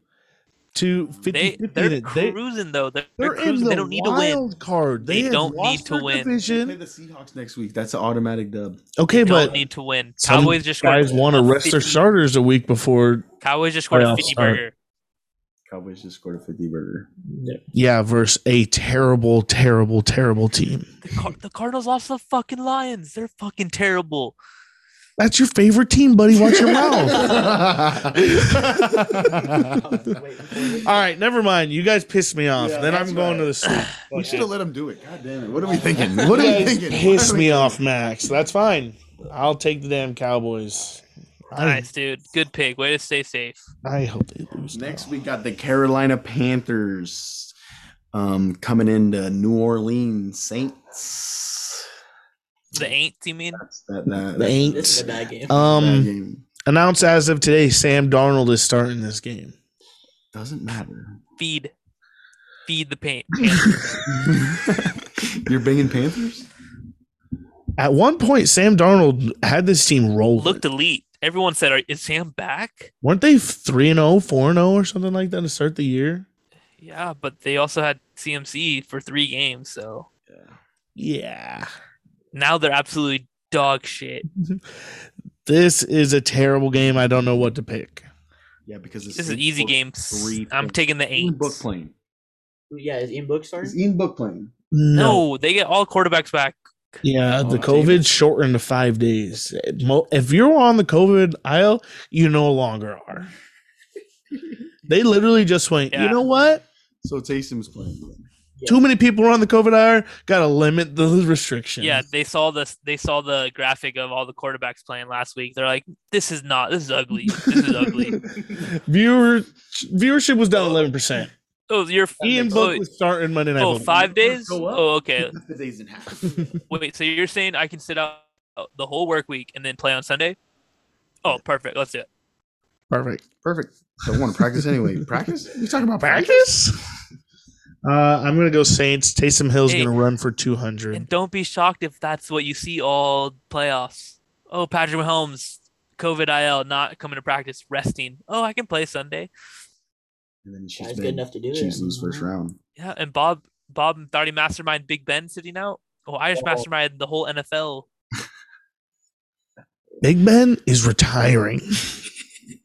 Speaker 1: to 50
Speaker 4: They
Speaker 1: 50
Speaker 4: they're
Speaker 1: it. They,
Speaker 4: cruising though. They're,
Speaker 1: they're
Speaker 4: they're
Speaker 1: in
Speaker 4: cruising.
Speaker 1: the
Speaker 4: They don't need to win.
Speaker 1: wild card.
Speaker 4: They
Speaker 1: have
Speaker 4: don't need
Speaker 1: lost
Speaker 4: to
Speaker 1: their
Speaker 4: win.
Speaker 2: They play
Speaker 1: division.
Speaker 2: the Seahawks next week. That's an automatic dub.
Speaker 1: Okay,
Speaker 4: don't
Speaker 1: but
Speaker 4: need to win.
Speaker 1: some
Speaker 4: Cowboys just scored.
Speaker 1: guys want to
Speaker 4: a
Speaker 1: rest their
Speaker 4: 50
Speaker 1: starters a week before.
Speaker 4: Cowboys just scored a
Speaker 1: Playoffs
Speaker 4: 50
Speaker 1: are-
Speaker 4: burger.
Speaker 2: Cowboys just scored a 50 burger.
Speaker 1: Yeah, versus a terrible, terrible, terrible team.
Speaker 4: The, Car- the Cardinals lost to the fucking Lions. They're fucking terrible.
Speaker 1: That's your favorite team, buddy. Watch
Speaker 2: [LAUGHS]
Speaker 1: your mouth.
Speaker 3: [LAUGHS] I was waiting for it.
Speaker 1: All right, never mind. You guys pissed me off.
Speaker 2: Yeah,
Speaker 1: then
Speaker 2: that's
Speaker 1: I'm going
Speaker 2: right.
Speaker 1: to the sleep.
Speaker 2: [LAUGHS] We should have let him do it. God damn it. What are we thinking? What are
Speaker 1: You
Speaker 2: we
Speaker 1: guys
Speaker 2: thinking?
Speaker 1: Piss me off, Max. That's fine. I'll take the damn Cowboys. I,
Speaker 4: Nice, dude. Good pick. Way to stay safe.
Speaker 1: I hope they lose.
Speaker 2: Next, we got the Carolina Panthers um, coming into New Orleans Saints.
Speaker 4: The Aints, you mean?
Speaker 2: That's that. that
Speaker 1: The
Speaker 3: This is
Speaker 1: Aints.
Speaker 3: a bad game.
Speaker 2: that
Speaker 1: Um,
Speaker 2: game
Speaker 1: announced as of today, Sam Darnold is starting this game.
Speaker 2: doesn't matter. [LAUGHS]
Speaker 4: Feed. Feed the [CLEARS THROAT] paint.
Speaker 2: You're banging Panthers.
Speaker 1: At one point, Sam Darnold had this team rolled.
Speaker 4: Looked elite. Everyone said, Are, is Sam back?
Speaker 1: Weren't they oh, 3 0, 4 0 or something like that to start the year?
Speaker 4: Yeah, but they also had CMC for three games. So
Speaker 1: Yeah. [LAUGHS]
Speaker 4: now they're absolutely dog shit.
Speaker 1: This is a terrible game. I don't know what to pick.
Speaker 2: Yeah, because
Speaker 4: This is easy games. I'm taking the
Speaker 2: Ian Book
Speaker 4: Aints.
Speaker 2: playing.
Speaker 3: Yeah, is Ian Book
Speaker 2: Is
Speaker 3: starting?
Speaker 2: Ian Book playing?
Speaker 4: No, they get all quarterbacks back.
Speaker 1: Yeah, the
Speaker 2: Oh,
Speaker 1: COVID
Speaker 2: Davis.
Speaker 1: shortened to five days. Mo- If you're on the COVID aisle, you no longer
Speaker 4: [LAUGHS]
Speaker 1: are. they literally just went, you
Speaker 4: Yeah.
Speaker 1: know what?
Speaker 2: So Taysom's playing.
Speaker 4: [LAUGHS]
Speaker 3: Yeah.
Speaker 1: Too many people are on the COVID aisle. Got to limit the restrictions.
Speaker 4: Yeah, they saw this. They saw the graphic of all the quarterbacks playing last week. They're like, "This is not. This is ugly. This is [LAUGHS] ugly."
Speaker 1: Viewer viewership was down eleven percent.
Speaker 4: Oh, you're
Speaker 1: Ian
Speaker 4: oh,
Speaker 1: Book was starting Monday night.
Speaker 4: oh,
Speaker 1: Football.
Speaker 4: five days.
Speaker 2: Go up.
Speaker 4: Oh, okay.
Speaker 2: the days in half.
Speaker 4: Wait, so you're saying I can sit out uh, the whole work week and then play on Sunday? Oh, perfect. Let's do it.
Speaker 1: Perfect
Speaker 2: Perfect. Don't want to practice anyway. Practice? We talking about
Speaker 1: practice. Uh, I'm gonna go Saints. Taysom Hill's
Speaker 4: Hey.
Speaker 1: gonna run for two hundred.
Speaker 4: And don't be shocked if that's what you see all playoffs. Oh, Patrick Mahomes, COVID IL, not coming to practice, resting. Oh, I can play Sunday.
Speaker 2: And then she's
Speaker 3: Guy's good enough to do it.
Speaker 2: Chiefs lose first round.
Speaker 4: Yeah, and Bob, Bob and Thirty Mastermind, Big Ben sitting out. Oh, Irish
Speaker 3: Oh.
Speaker 4: Mastermind, the whole NFL.
Speaker 1: Big Ben is retiring.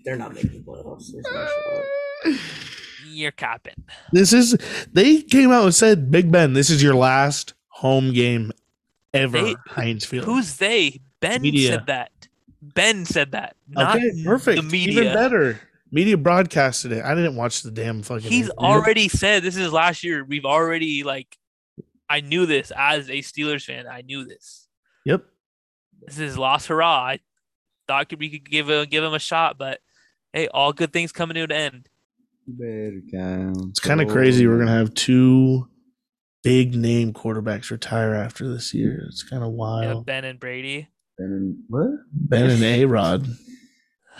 Speaker 3: They're not making playoffs. There's no shot.
Speaker 4: You're capping.
Speaker 1: This is they came out and said, Big Ben, this is your last home game ever,
Speaker 4: They-
Speaker 1: Heinz Field.
Speaker 4: Who's they? Ben
Speaker 1: Media.
Speaker 4: said that. Ben said that. Not
Speaker 1: okay, perfect.
Speaker 4: The media.
Speaker 1: Even better. Media broadcasted it. I didn't watch the damn fucking.
Speaker 4: He's
Speaker 1: interview.
Speaker 4: already said this is last year. We've already like, I knew this as a Steelers fan. I knew this.
Speaker 1: Yep.
Speaker 4: This is last hurrah. I thought we could give a, give him a shot, but hey, all good things come to an end.
Speaker 1: It's kind
Speaker 2: Oh.
Speaker 1: of crazy. We're gonna have two big name quarterbacks retire after this year. It's kind of
Speaker 4: Yeah,
Speaker 1: wild.
Speaker 4: ben and Brady.
Speaker 2: And what?
Speaker 1: Ben and A Rod.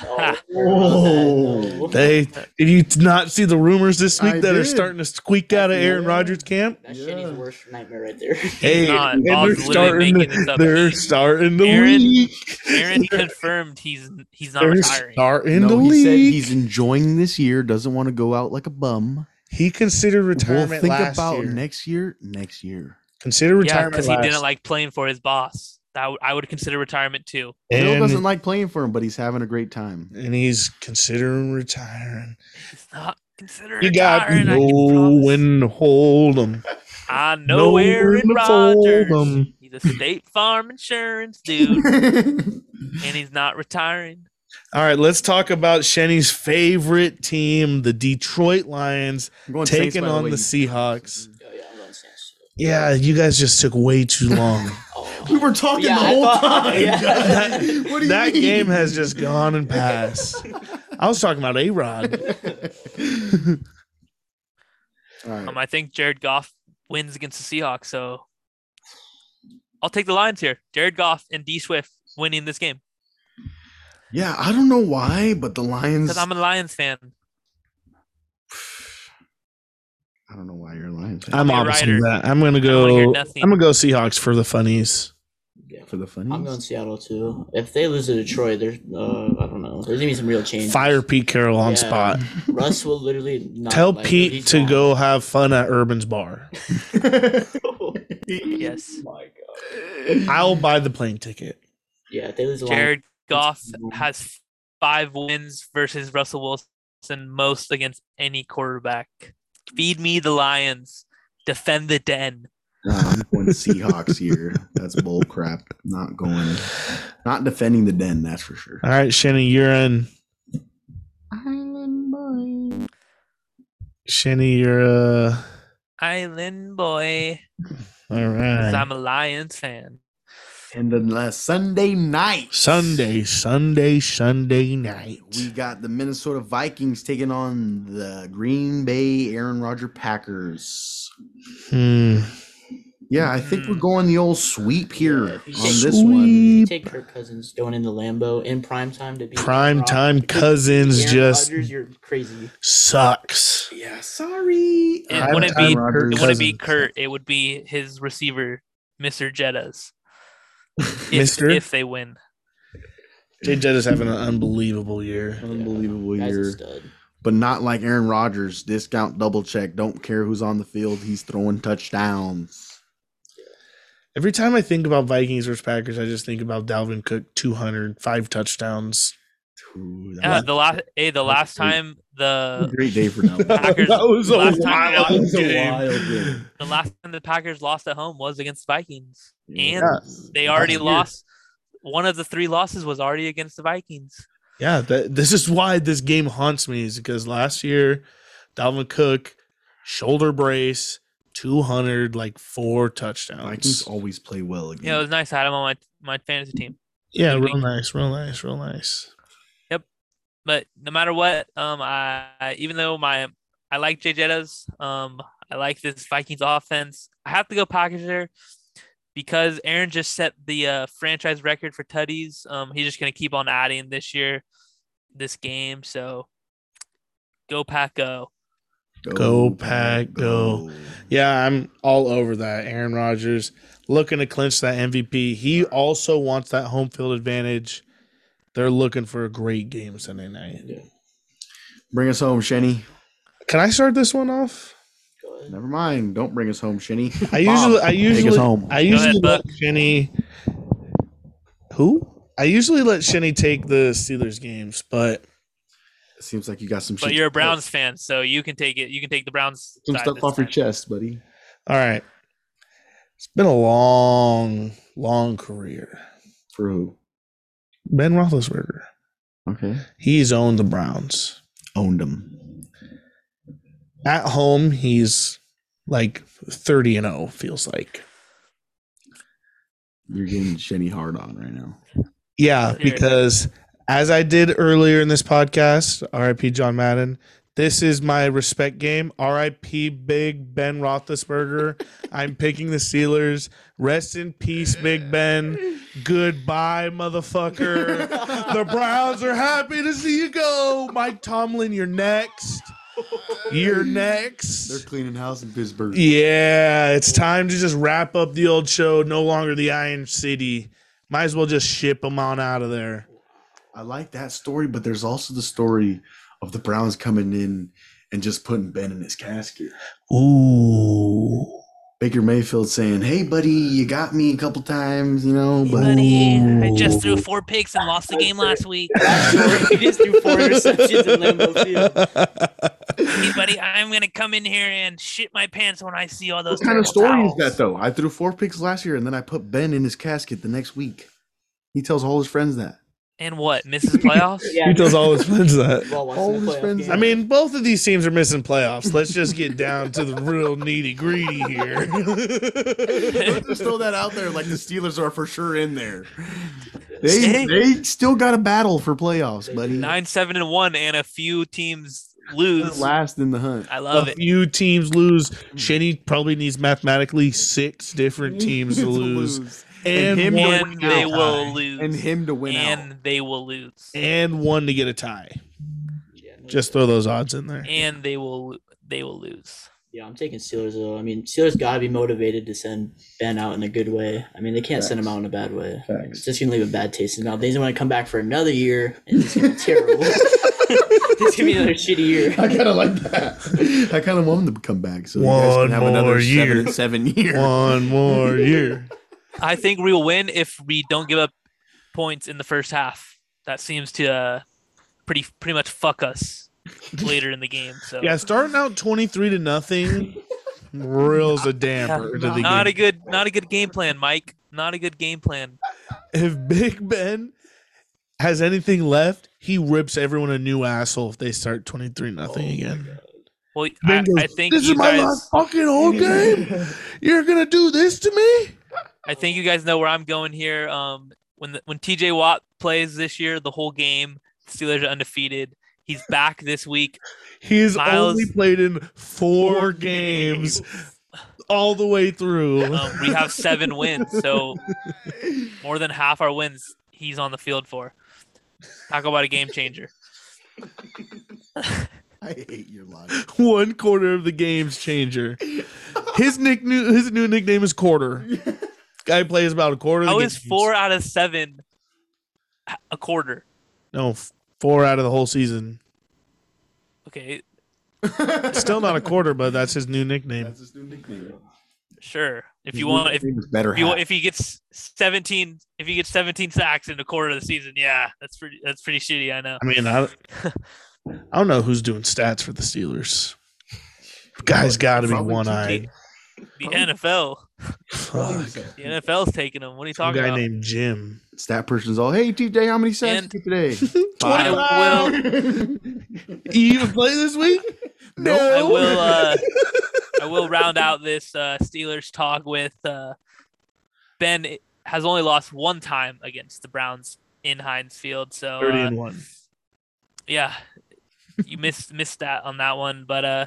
Speaker 3: Oh,
Speaker 2: Oh.
Speaker 1: They. Did you not see the rumors this week
Speaker 2: I
Speaker 1: that are
Speaker 2: did.
Speaker 1: starting to squeak out of Aaron
Speaker 2: Yeah.
Speaker 1: Rodgers' camp?
Speaker 3: that shit
Speaker 2: Yeah.
Speaker 3: is worst nightmare right there. [LAUGHS] Oh,
Speaker 1: Hey,
Speaker 4: not.
Speaker 1: and
Speaker 4: Bob's
Speaker 1: they're
Speaker 4: literally
Speaker 1: starting.
Speaker 4: making this up.
Speaker 1: They're starting the
Speaker 4: Aaron-
Speaker 1: league. [LAUGHS]
Speaker 4: Aaron confirmed he's he's not
Speaker 1: they're
Speaker 4: retiring.
Speaker 1: starting the
Speaker 2: no, he said
Speaker 1: league.
Speaker 2: he's enjoying this year. Doesn't want to go out like a bum.
Speaker 1: he considered retirement
Speaker 2: we'll think
Speaker 1: last
Speaker 2: about
Speaker 1: year.
Speaker 2: next year. Next year.
Speaker 1: Consider
Speaker 4: yeah,
Speaker 1: retirement
Speaker 4: because he
Speaker 1: last.
Speaker 4: didn't like playing for his boss. That w- I would consider retirement too.
Speaker 2: Bill
Speaker 1: and,
Speaker 2: doesn't like playing for him, but he's having a great time.
Speaker 3: [LAUGHS]
Speaker 1: and he's considering retiring.
Speaker 4: He's not considering
Speaker 1: You got
Speaker 4: retiring. I,
Speaker 1: no
Speaker 4: can promise.
Speaker 1: one to hold him.
Speaker 4: I
Speaker 1: no
Speaker 4: know
Speaker 1: one
Speaker 4: Aaron
Speaker 1: to
Speaker 4: Rodgers.
Speaker 1: fold 'em.
Speaker 4: He's a State Farm insurance
Speaker 1: [LAUGHS]
Speaker 4: dude, and he's not retiring.
Speaker 1: All right, let's talk about Shenny's favorite team, the Detroit Lions,
Speaker 2: I'm going Saints,
Speaker 1: taking
Speaker 2: by
Speaker 1: on
Speaker 2: way,
Speaker 1: the
Speaker 2: you-
Speaker 1: Seahawks.
Speaker 3: Oh, yeah, I'm going Saints.
Speaker 1: Yeah, you guys just took way too long.
Speaker 3: Oh,
Speaker 2: We were talking
Speaker 3: Yeah,
Speaker 2: the
Speaker 3: I
Speaker 2: whole
Speaker 3: thought-
Speaker 2: time.
Speaker 3: [LAUGHS] yeah.
Speaker 2: [LAUGHS] What do you
Speaker 1: that
Speaker 2: mean?
Speaker 1: game has just gone and
Speaker 2: [LAUGHS]
Speaker 1: passed. I was talking about A Rod.
Speaker 2: All right.
Speaker 4: Um, I think Jared Goff wins against the Seahawks, so I'll take the Lions here. Jared Goff and D Swift winning this game
Speaker 2: Yeah, I don't know why, but the Lions.
Speaker 4: because I'm a Lions fan.
Speaker 2: I don't know why you're a Lions fan.
Speaker 1: I'm
Speaker 4: I'll be a
Speaker 1: opposite of
Speaker 4: rider.
Speaker 1: that. I'm gonna
Speaker 4: I don't wanna hear
Speaker 1: go.
Speaker 4: nothing.
Speaker 1: I'm gonna go Seahawks for the funnies.
Speaker 3: yeah.
Speaker 2: for the funny.
Speaker 3: I'm going Seattle too. If they lose to Detroit, there's uh, I don't know. There's gonna be some real changes.
Speaker 1: Fire Pete Carroll on
Speaker 3: Yeah.
Speaker 1: spot.
Speaker 3: Russ will literally not
Speaker 1: Tell
Speaker 3: like it.
Speaker 1: Pete
Speaker 3: He's
Speaker 1: to
Speaker 3: gone.
Speaker 1: go have fun at Urban's Bar.
Speaker 3: oh
Speaker 2: [LAUGHS]
Speaker 3: [LAUGHS]
Speaker 4: Yes,
Speaker 3: my god.
Speaker 1: I'll buy the plane ticket.
Speaker 3: Yeah, if they lose. the Lions-
Speaker 4: Jared Goff
Speaker 3: wrong.
Speaker 4: has five wins versus Russell Wilson, most against any quarterback. Feed me the Lions. Defend the den.
Speaker 2: Uh, I'm going Seahawks here. That's bull crap. Not going. Not defending the den. That's for sure.
Speaker 1: All right, Shannon, you're in.
Speaker 2: Island boy.
Speaker 1: Shanny, you're uh.
Speaker 4: Island boy,
Speaker 1: All
Speaker 4: 'cause
Speaker 1: right.
Speaker 4: I'm a Lions fan.
Speaker 2: And then last Sunday night,
Speaker 1: Sunday, Sunday, Sunday night.
Speaker 2: we got the Minnesota Vikings taking on the Green Bay Aaron Rodgers Packers.
Speaker 1: Hmm.
Speaker 2: Yeah, I think we're going the old sweep here on
Speaker 3: Yeah,
Speaker 2: this one.
Speaker 1: Sweep.
Speaker 3: Take Kirk Cousins going into Lambeau in prime time to be
Speaker 1: Prime time cousins
Speaker 3: Aaron
Speaker 1: just
Speaker 3: Rodgers, you're crazy.
Speaker 1: sucks.
Speaker 2: Yeah, sorry.
Speaker 4: It
Speaker 1: Prime
Speaker 4: wouldn't
Speaker 1: time
Speaker 4: be-
Speaker 1: Kirk
Speaker 4: It wouldn't be
Speaker 1: Cousins.
Speaker 4: Kurt. It would be his receiver, Mr.
Speaker 2: [LAUGHS]
Speaker 4: Jettas. If,
Speaker 1: Mister?
Speaker 4: if they win.
Speaker 1: Jay Jett is having an unbelievable year.
Speaker 2: Unbelievable
Speaker 3: Guy's a
Speaker 2: year.
Speaker 3: stud.
Speaker 2: But not like Aaron Rodgers. Discount double check. Don't care who's on the field. He's throwing touchdowns.
Speaker 1: Every time I think about Vikings versus Packers, I just think about Dalvin Cook, 200, five touchdowns.
Speaker 2: Ooh, that
Speaker 4: Yeah,
Speaker 2: was
Speaker 4: Uh, the last hey, the last
Speaker 2: great.
Speaker 4: time
Speaker 2: a
Speaker 4: the
Speaker 2: great day for
Speaker 4: [LAUGHS]
Speaker 2: Dalvin.
Speaker 1: [LAUGHS]
Speaker 4: Packers-
Speaker 1: that was a
Speaker 4: last time
Speaker 1: wild,
Speaker 4: they-
Speaker 2: That was a
Speaker 1: game.
Speaker 2: wild game.
Speaker 4: the last time the Packers lost at home was against the Vikings.
Speaker 2: Yeah.
Speaker 4: And they already
Speaker 1: Last year.
Speaker 4: lost one of the three losses was already against the Vikings.
Speaker 1: Yeah, that, this is why this game haunts me is because last year, Dalvin Cook, shoulder brace, 200, like four touchdowns.
Speaker 2: Vikings always play well again.
Speaker 4: Yeah, it was nice. I had him on my my fantasy team.
Speaker 1: yeah,
Speaker 4: good
Speaker 1: real
Speaker 4: week.
Speaker 1: nice, real nice, real nice.
Speaker 4: But no matter what, um I, I even though my I like Jay Jettas, um I like this Vikings offense. I have to go Packers there because Aaron just set the uh, franchise record for tutties. Um he's just going to keep on adding this year this game, so go Pack go.
Speaker 1: Go, Pack, go. Yeah, I'm all over that. Aaron Rodgers looking to clinch that MVP. He also wants that home field advantage. They're looking for a great game Sunday night.
Speaker 2: Bring us home, Shenny.
Speaker 1: Can I start this one off?
Speaker 3: Go ahead.
Speaker 2: Never mind. Don't bring us home, Shenny.
Speaker 1: I
Speaker 2: Bob,
Speaker 1: usually, I
Speaker 2: take us
Speaker 1: usually,
Speaker 2: home.
Speaker 1: I usually
Speaker 4: ahead, Buck.
Speaker 1: let Shinny. Who? I usually let Shinny take the Steelers games, but
Speaker 2: Seems like you got some.
Speaker 4: But
Speaker 2: shit
Speaker 4: you're a
Speaker 2: to-
Speaker 4: Browns fan, so you can take it. You can take the Browns.
Speaker 2: Some
Speaker 4: side
Speaker 2: stuff
Speaker 4: this
Speaker 2: off your
Speaker 4: time.
Speaker 2: chest, buddy.
Speaker 1: all right. It's been a long, long career.
Speaker 2: For who?
Speaker 1: Ben Roethlisberger.
Speaker 2: Okay.
Speaker 1: He's owned the Browns.
Speaker 2: Owned them.
Speaker 1: At home, he's like 30 and 0, feels like.
Speaker 2: You're getting Shenny hard on right [LAUGHS] now.
Speaker 1: Yeah,
Speaker 4: Here.
Speaker 1: because as I did earlier in this podcast, RIP John Madden, this is my respect game. RIP Big Ben Roethlisberger. I'm picking the Steelers. Rest in peace, Big Ben. Goodbye, motherfucker. The Browns are happy to see you go. Mike Tomlin, you're next. You're
Speaker 2: They're
Speaker 1: next.
Speaker 2: cleaning house in Pittsburgh.
Speaker 1: Yeah, it's time to just wrap up the old show. No longer the Iron City. Might as well just ship them on out of there.
Speaker 2: I like that story, but there's also the story of the Browns coming in and just putting Ben in his casket.
Speaker 1: Ooh.
Speaker 2: Baker Mayfield saying, "Hey, buddy, you got me a couple times, you know,
Speaker 4: Hey,
Speaker 2: but
Speaker 4: buddy, I just threw four picks and lost the game last week.
Speaker 3: he just threw four interceptions in Lambeau Field.
Speaker 4: Hey, buddy, I'm gonna come in here and shit my pants when I see all those.
Speaker 2: what kind of
Speaker 4: terrible
Speaker 2: story is
Speaker 4: fouls.
Speaker 2: that though? I threw four picks last year, and then I put Ben in his casket the next week. He tells all his friends that.
Speaker 4: And what misses
Speaker 1: [LAUGHS]
Speaker 4: the playoffs?
Speaker 3: Yeah,
Speaker 1: He tells all his friends
Speaker 3: we
Speaker 1: that.
Speaker 3: all watching
Speaker 2: all
Speaker 3: the
Speaker 2: his
Speaker 3: playoff
Speaker 2: friends-
Speaker 3: game.
Speaker 1: I mean, both of these teams are missing playoffs. Let's just get down to the real needy greedy here.
Speaker 2: Let's just throw that out there, like the Steelers are for sure in there. They
Speaker 4: Hey.
Speaker 2: they still got a battle for playoffs,
Speaker 3: They
Speaker 2: buddy.
Speaker 3: do.
Speaker 4: [LAUGHS] Nine, seven, and one, and a few teams lose.
Speaker 2: Last in the hunt.
Speaker 4: I love
Speaker 1: A
Speaker 4: it.
Speaker 1: few teams lose. Shenny probably needs mathematically six different
Speaker 2: [LAUGHS]
Speaker 1: teams to lose. And,
Speaker 2: And him
Speaker 1: one,
Speaker 2: to
Speaker 4: And they
Speaker 2: out.
Speaker 4: will lose.
Speaker 2: and him to win
Speaker 4: and
Speaker 2: out.
Speaker 4: they will lose.
Speaker 1: and one to get a tie.
Speaker 3: Yeah, no
Speaker 1: Just
Speaker 3: doubt.
Speaker 1: throw those odds in there.
Speaker 4: And they will. They will lose.
Speaker 3: Yeah, I'm taking Steelers though. I mean, Steelers gotta be motivated to send Ben out in a good way. I mean, they can't send him
Speaker 2: Facts.
Speaker 3: out in a bad way.
Speaker 2: Facts.
Speaker 3: It's just gonna leave a bad taste in his mouth. He's gonna come back for another year, and it's gonna be
Speaker 2: [LAUGHS]
Speaker 3: terrible. it's gonna be another shitty year. [LAUGHS]
Speaker 2: I kind of like that. [LAUGHS] I kind of want him to come back. So you guys
Speaker 1: One
Speaker 2: can have another
Speaker 1: more year.
Speaker 2: seven, seven year.
Speaker 1: One more year.
Speaker 4: I think we'll win if we don't give up points in the first half. That seems to uh, pretty pretty much
Speaker 1: [LAUGHS]
Speaker 4: fuck us later in the game. So
Speaker 1: Yeah, starting out 23 to nothing reels a damper to the
Speaker 4: not
Speaker 1: game.
Speaker 4: a good not a good game plan, Mike. Not a good game plan.
Speaker 1: if Big Ben has anything left, he rips everyone a new asshole if they start 23 nothing again.
Speaker 4: Well, Oh I,
Speaker 1: Ben goes,
Speaker 4: I think
Speaker 1: this
Speaker 4: you
Speaker 1: is my
Speaker 4: guys.
Speaker 1: last fucking
Speaker 4: [LAUGHS]
Speaker 1: whole game. You're gonna do this to me?
Speaker 4: I think you guys know where I'm going here. Um, when the, when T.J. Watt plays this year, the whole game, Steelers are undefeated. He's back this week.
Speaker 1: He has
Speaker 4: Miles-
Speaker 1: only played in four, games all the way [LAUGHS] through.
Speaker 4: Um, we have seven wins, so more than half our wins he's on the field for. Talk about a game changer.
Speaker 2: [LAUGHS] I hate your logic.
Speaker 1: One quarter of the game's changer. His nick new his new nickname is quarter. Guy plays about a quarter. Of the
Speaker 4: How is
Speaker 1: games.
Speaker 4: four out of seven a quarter?
Speaker 1: No, f- four out of the whole season.
Speaker 4: Okay,
Speaker 1: Still not a quarter, but that's his new nickname.
Speaker 2: That's his new nickname.
Speaker 4: sure. If you want, if
Speaker 2: better
Speaker 4: if, you, if he gets 17 if he gets 17 sacks in the quarter of the season yeah that's pretty that's pretty shitty i know
Speaker 1: I mean, I, I don't know who's doing stats for the Steelers. Guy's got to be
Speaker 2: Probably
Speaker 1: one eyed.
Speaker 4: the nfl
Speaker 1: Fuck.
Speaker 4: the nfl's taking him what are you
Speaker 1: Some
Speaker 4: talking
Speaker 1: guy
Speaker 4: about
Speaker 1: named Jim.
Speaker 2: Stat person's all, hey TJ, how many
Speaker 4: And-
Speaker 2: sacks you get
Speaker 4: [LAUGHS]
Speaker 2: today?
Speaker 4: I will,
Speaker 2: [LAUGHS]
Speaker 1: You even play this week?
Speaker 4: I
Speaker 1: [LAUGHS]
Speaker 4: will, uh, I will round out this uh, Steelers talk with uh, Ben. Has only lost one time against the Browns in Heinz Field, so
Speaker 1: Thirty
Speaker 4: uh,
Speaker 1: and one.
Speaker 4: yeah, you missed [LAUGHS] missed that on that one. But uh,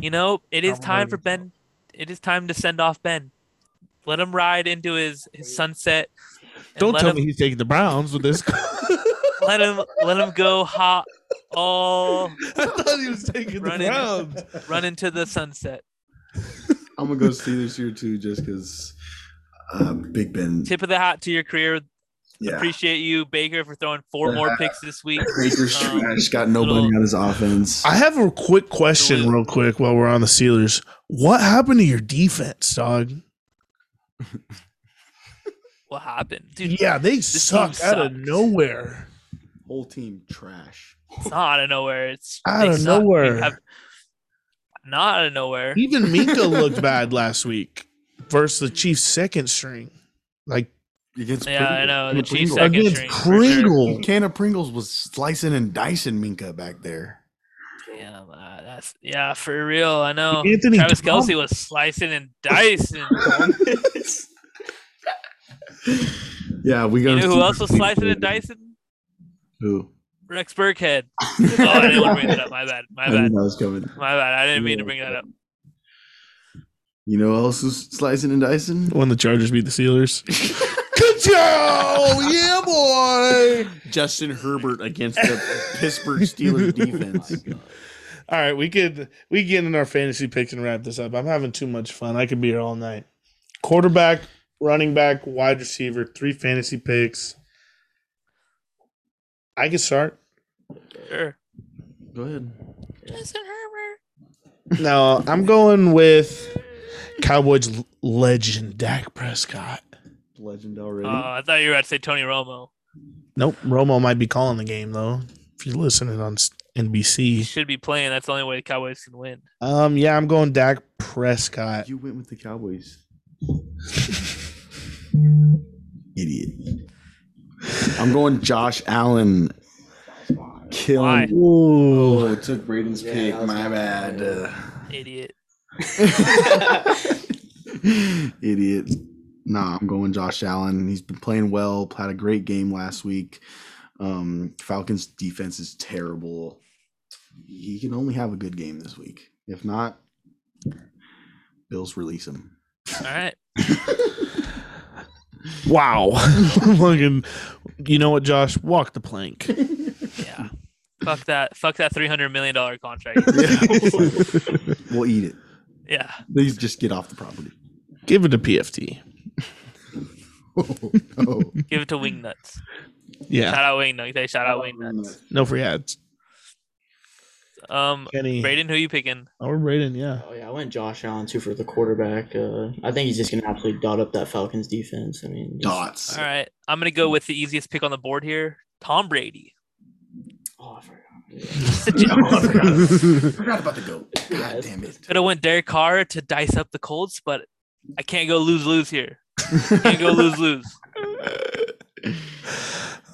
Speaker 4: you know, it is time for Ben. It is time to send off Ben. Let him ride into his, his sunset. and
Speaker 1: Don't
Speaker 4: let
Speaker 1: tell
Speaker 4: him,
Speaker 1: me he's taking the Browns with [LAUGHS] this.
Speaker 4: Let him let him go hot all
Speaker 1: I thought he was taking the
Speaker 4: Run in.
Speaker 1: Browns.
Speaker 4: run into the sunset.
Speaker 2: I'm gonna go Steelers here too, just because uh, Big Ben.
Speaker 4: Tip of the hat to your career.
Speaker 2: yeah,
Speaker 4: Appreciate you, Baker, for throwing four more picks this week. [LAUGHS]
Speaker 2: Baker's
Speaker 4: Um,
Speaker 2: trash. Got nobody
Speaker 4: little-
Speaker 2: on his offense.
Speaker 1: I have a quick question,
Speaker 4: Absolutely.
Speaker 1: real quick, while we're on the Steelers. What happened to your defense, dog?
Speaker 4: What happened, dude?
Speaker 1: Yeah, they
Speaker 4: team
Speaker 1: suck out of
Speaker 4: sucks.
Speaker 1: nowhere.
Speaker 2: Whole team trash.
Speaker 4: It's not out of nowhere. It's
Speaker 1: Out
Speaker 4: they
Speaker 1: of
Speaker 4: suck. They
Speaker 1: nowhere.
Speaker 4: have- not out of nowhere.
Speaker 1: Even Minka looked bad last week versus the Chiefs' second string. Like
Speaker 2: Against
Speaker 4: Yeah, I know, the
Speaker 2: Against
Speaker 4: Chiefs
Speaker 2: Pringle.
Speaker 4: second
Speaker 1: Against
Speaker 4: string, for sure.
Speaker 1: Pringle.
Speaker 2: That can of Pringles was slicing and dicing Minka back there.
Speaker 4: Damn, uh, that's yeah, for real. I know.
Speaker 1: Anthony
Speaker 4: Travis
Speaker 1: Thom-
Speaker 4: Kelsey was slicing and dicing.
Speaker 1: [LAUGHS]
Speaker 2: Yeah, we got.
Speaker 4: you know who else was slicing and dicing?
Speaker 2: Who?
Speaker 4: Rex Burkhead.
Speaker 1: [LAUGHS]
Speaker 4: Oh, I didn't want to bring that up. My
Speaker 2: I
Speaker 4: bad. My
Speaker 2: didn't
Speaker 4: bad.
Speaker 2: know it was coming.
Speaker 4: My bad. I didn't mean to bring that up.
Speaker 2: You know who else was slicing and dicing?
Speaker 1: When the Chargers beat the
Speaker 4: [LAUGHS]
Speaker 1: Steelers. Control, yeah, boy.
Speaker 2: Justin Herbert against the [LAUGHS] Pittsburgh [LAUGHS] Steelers defense.
Speaker 1: [LAUGHS] All right, we could we get in our fantasy picks and wrap this up. I'm having too much fun. I could be here all night. Quarterback, running back, wide receiver, three fantasy picks. I can start.
Speaker 4: Sure.
Speaker 2: Go ahead.
Speaker 4: Justin Herbert.
Speaker 1: No, I'm going with Cowboys l- legend Dak Prescott.
Speaker 2: Legend
Speaker 4: Oh,
Speaker 2: already.
Speaker 4: I thought you were about to say Tony Romo.
Speaker 1: Nope, Romo might be calling the game though. If you're listening on s-
Speaker 4: He
Speaker 1: NBC,
Speaker 4: should be playing. That's the only way the Cowboys can win.
Speaker 1: um, yeah, I'm going Dak Prescott.
Speaker 2: you went with the Cowboys. Idiot. I'm going Josh Allen.
Speaker 4: Why?
Speaker 2: Killing.
Speaker 1: Ooh,
Speaker 2: Oh, it took Braden's
Speaker 3: Yeah,
Speaker 2: pick.
Speaker 3: I was
Speaker 2: My
Speaker 3: gonna-
Speaker 2: bad.
Speaker 4: Idiot.
Speaker 2: [LAUGHS] Uh, Idiot. Nah, I'm going Josh Allen. He's been playing well. Had a great game last week. Um, Falcons defense is terrible. He can only have a good game this week. If not, Bills release him.
Speaker 4: All right.
Speaker 1: [LAUGHS] wow, Fucking- you know what, Josh? Walk the plank.
Speaker 4: Yeah. Fuck that. Fuck that three hundred million dollar contract.
Speaker 2: [LAUGHS] We'll eat it.
Speaker 4: Yeah.
Speaker 2: Please just get off the property.
Speaker 1: Give it to PFT.
Speaker 2: [LAUGHS] Oh, no.
Speaker 4: Give it to Wingnuts.
Speaker 1: Yeah,
Speaker 4: Shout out Wingnuts. They shout out
Speaker 2: Oh,
Speaker 4: Wingnuts.
Speaker 1: no free ads.
Speaker 4: Um,
Speaker 1: Kenny
Speaker 4: Braden, who you picking?
Speaker 1: or Braden, yeah.
Speaker 3: Oh yeah, I went Josh Allen too for the quarterback. Uh, I think he's just gonna absolutely dot up that Falcons defense. I mean, just-
Speaker 2: Dots.
Speaker 4: All right. I'm gonna go with the easiest pick on the board here. Tom Brady.
Speaker 3: Oh, I forgot.
Speaker 2: I
Speaker 4: [LAUGHS]
Speaker 2: forgot, forgot about the goat. God damn it.
Speaker 4: Could have went Derek Carr to dice up the Colts, but I can't go lose lose here. Can't go lose lose.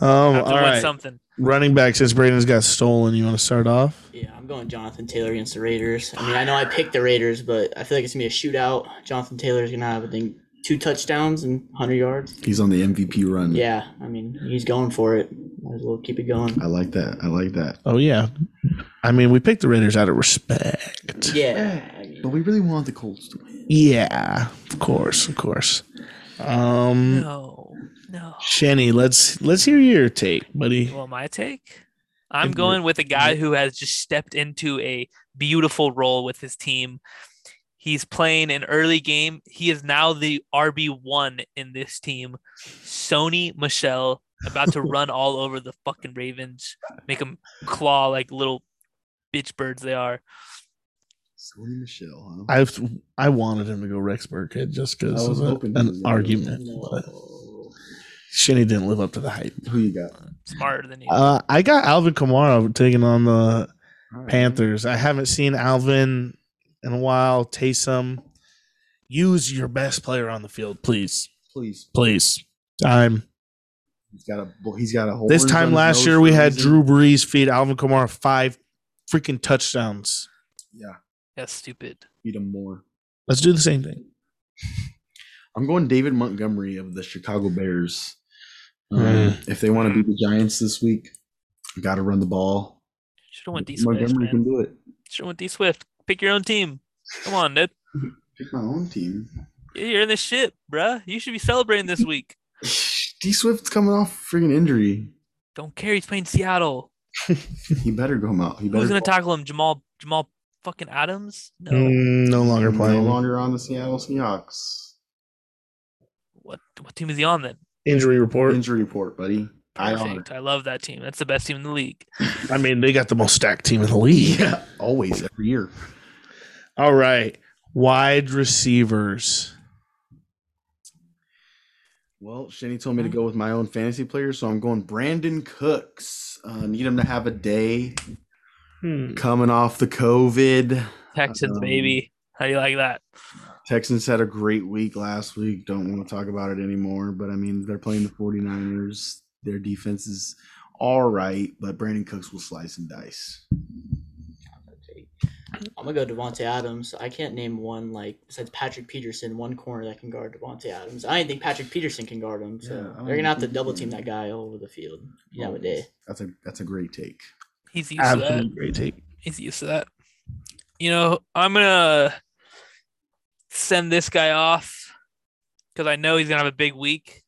Speaker 1: Um,
Speaker 4: Have to
Speaker 1: all
Speaker 4: win
Speaker 1: right.
Speaker 4: something.
Speaker 1: Running back since Braden's got stolen. You want to start off?
Speaker 3: Yeah, I'm going Jonathan Taylor against the Raiders. I mean, I know I picked the Raiders, but I feel like it's gonna be a shootout. Jonathan Taylor's gonna have, I think, two touchdowns and 100 yards.
Speaker 2: He's on the MVP run.
Speaker 3: Yeah, I mean, he's going for it. Might as well keep it going.
Speaker 2: I like that. I like that.
Speaker 1: Oh yeah, I mean we picked the Raiders out of respect.
Speaker 3: Yeah, I mean,
Speaker 2: But we really want the Colts to win.
Speaker 1: Yeah, of course, of course. Um,
Speaker 4: No, no.
Speaker 1: Shenny, let's let's hear your take, buddy.
Speaker 4: Well, my take. I'm
Speaker 1: If we're-
Speaker 4: going with a guy who has just stepped into a beautiful role with his team. He's playing an early game. He is now the RB1 in this team. Sony Michelle about
Speaker 2: [LAUGHS]
Speaker 4: to run all over the fucking Ravens, make them claw like little bitch birds they are.
Speaker 2: Sony Michelle, huh?
Speaker 1: I I wanted him to go Rex Burkhead just
Speaker 2: I was
Speaker 1: because
Speaker 2: hoping
Speaker 1: an, an
Speaker 2: he was gonna go.
Speaker 1: argument. But
Speaker 3: no.
Speaker 1: Shenny didn't live up to the hype.
Speaker 2: Who you got?
Speaker 4: Smarter than you.
Speaker 1: Uh, I got Alvin Kamara taking on the
Speaker 2: All right.
Speaker 1: Panthers. I haven't seen Alvin in a while. Taysom, use your best player on the field, please,
Speaker 2: Please.
Speaker 1: please. Time.
Speaker 2: He's got a. bo- He's got a.
Speaker 1: This
Speaker 2: horns on
Speaker 1: time
Speaker 2: his
Speaker 1: last
Speaker 2: nose
Speaker 1: year,
Speaker 2: for
Speaker 1: we
Speaker 2: a
Speaker 1: had
Speaker 2: reason.
Speaker 1: Drew Brees feed Alvin Kamara five freaking touchdowns.
Speaker 2: Yeah,
Speaker 4: That's stupid.
Speaker 2: beat him more.
Speaker 1: Let's do the same thing.
Speaker 2: I'm going David Montgomery of the Chicago Bears. Um,
Speaker 1: Mm.
Speaker 2: If they want to beat the Giants this week, got to run the ball.
Speaker 4: Should have went D Swift.
Speaker 2: Montgomery can do it.
Speaker 4: Should have went D Swift. Pick your own team. Come on, dude.
Speaker 2: Pick my own team.
Speaker 4: You're in this shit, bruh. You should be
Speaker 2: [LAUGHS]
Speaker 4: celebrating this week.
Speaker 2: [SIGHS] D Swift's coming off freaking injury.
Speaker 4: Don't care. He's playing Seattle.
Speaker 2: He better come out. He better.
Speaker 4: Who's gonna tackle him? Jamal Jamal fucking Adams? No.
Speaker 1: Mm, no longer
Speaker 2: No
Speaker 1: playing.
Speaker 2: longer on the Seattle Seahawks.
Speaker 4: What what team is he on then?
Speaker 1: Injury report.
Speaker 2: Injury report, buddy. I
Speaker 4: Perfect. I love that team. That's the best team in the league.
Speaker 1: I mean, they got the most stacked team in the league.
Speaker 2: Yeah, always every year.
Speaker 1: All right. Wide receivers.
Speaker 2: Well, Shani told me to go with my own fantasy player, so I'm going Brandon Cooks. Uh, need him to have a day Hmm. coming off the COVID.
Speaker 4: Texans,
Speaker 2: Um,
Speaker 4: baby. How do you like that?
Speaker 2: Texans had a great week last week. Don't want to talk about it anymore, but I mean, they're playing the 49ers. Their defense is all right, but Brandon Cooks will slice and dice.
Speaker 3: I'm gonna go Devonte Adams. I can't name one like besides Patrick Peterson, one corner that can guard Devonte Adams. I didn't think Patrick Peterson can guard him, so
Speaker 2: Yeah, I don't
Speaker 3: they're gonna have to
Speaker 2: think he
Speaker 3: double
Speaker 2: can.
Speaker 3: team that guy all over the field. You have a day.
Speaker 2: That's a that's a great take.
Speaker 4: He's used to that.
Speaker 1: Absolutely great take.
Speaker 4: He's used to that. You know, I'm gonna send this guy off because I know he's gonna have a big week.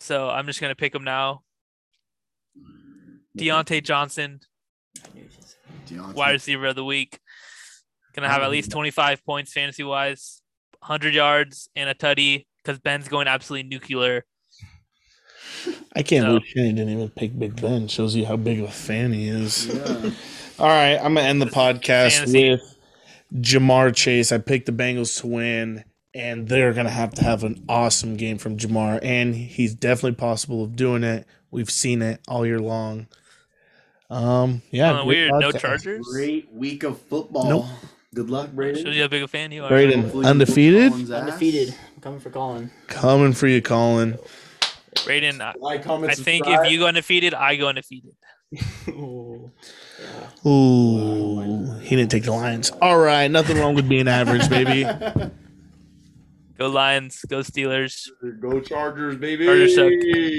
Speaker 4: So I'm just gonna pick him now. Deontay Johnson,
Speaker 3: I knew he was-
Speaker 2: Deontay.
Speaker 4: wide receiver of the week. Gonna have at least 25 points fantasy wise, 100 yards and a tutty because Ben's going absolutely nuclear.
Speaker 1: I can't
Speaker 4: No.
Speaker 1: believe Shannon didn't even pick Big Ben. Shows you how big of a fan he is.
Speaker 4: [LAUGHS]
Speaker 2: Yeah.
Speaker 1: All right, I'm gonna end the podcast
Speaker 4: Fantasy.
Speaker 1: with Jamar Chase. I picked the Bengals to win, and they're gonna have to have an awesome game from Jamar, and he's definitely possible of doing it. We've seen it all year long. Um, yeah,
Speaker 4: Uh,
Speaker 1: great
Speaker 4: weird, no
Speaker 1: podcast.
Speaker 4: Chargers.
Speaker 2: Great week of football.
Speaker 1: Nope.
Speaker 2: Good luck,
Speaker 4: Shows you
Speaker 2: Braden.
Speaker 4: how big a fan you are.
Speaker 1: Braden.
Speaker 2: Hopefully you
Speaker 1: Undefeated?
Speaker 2: whoop Colin's ass.
Speaker 3: Undefeated. I'm coming for
Speaker 2: [LAUGHS]
Speaker 3: Colin.
Speaker 1: Coming for you, Colin.
Speaker 4: Braden, I,
Speaker 2: Like, comment,
Speaker 4: I think
Speaker 2: subscribe.
Speaker 4: if you go undefeated, I go undefeated.
Speaker 3: Ooh. Yeah.
Speaker 1: Ooh, he didn't take the Lions. All right, nothing wrong with being average,
Speaker 4: [LAUGHS]
Speaker 1: baby.
Speaker 4: Go Lions, go Steelers.
Speaker 2: Go Chargers, baby.
Speaker 4: Chargers suck.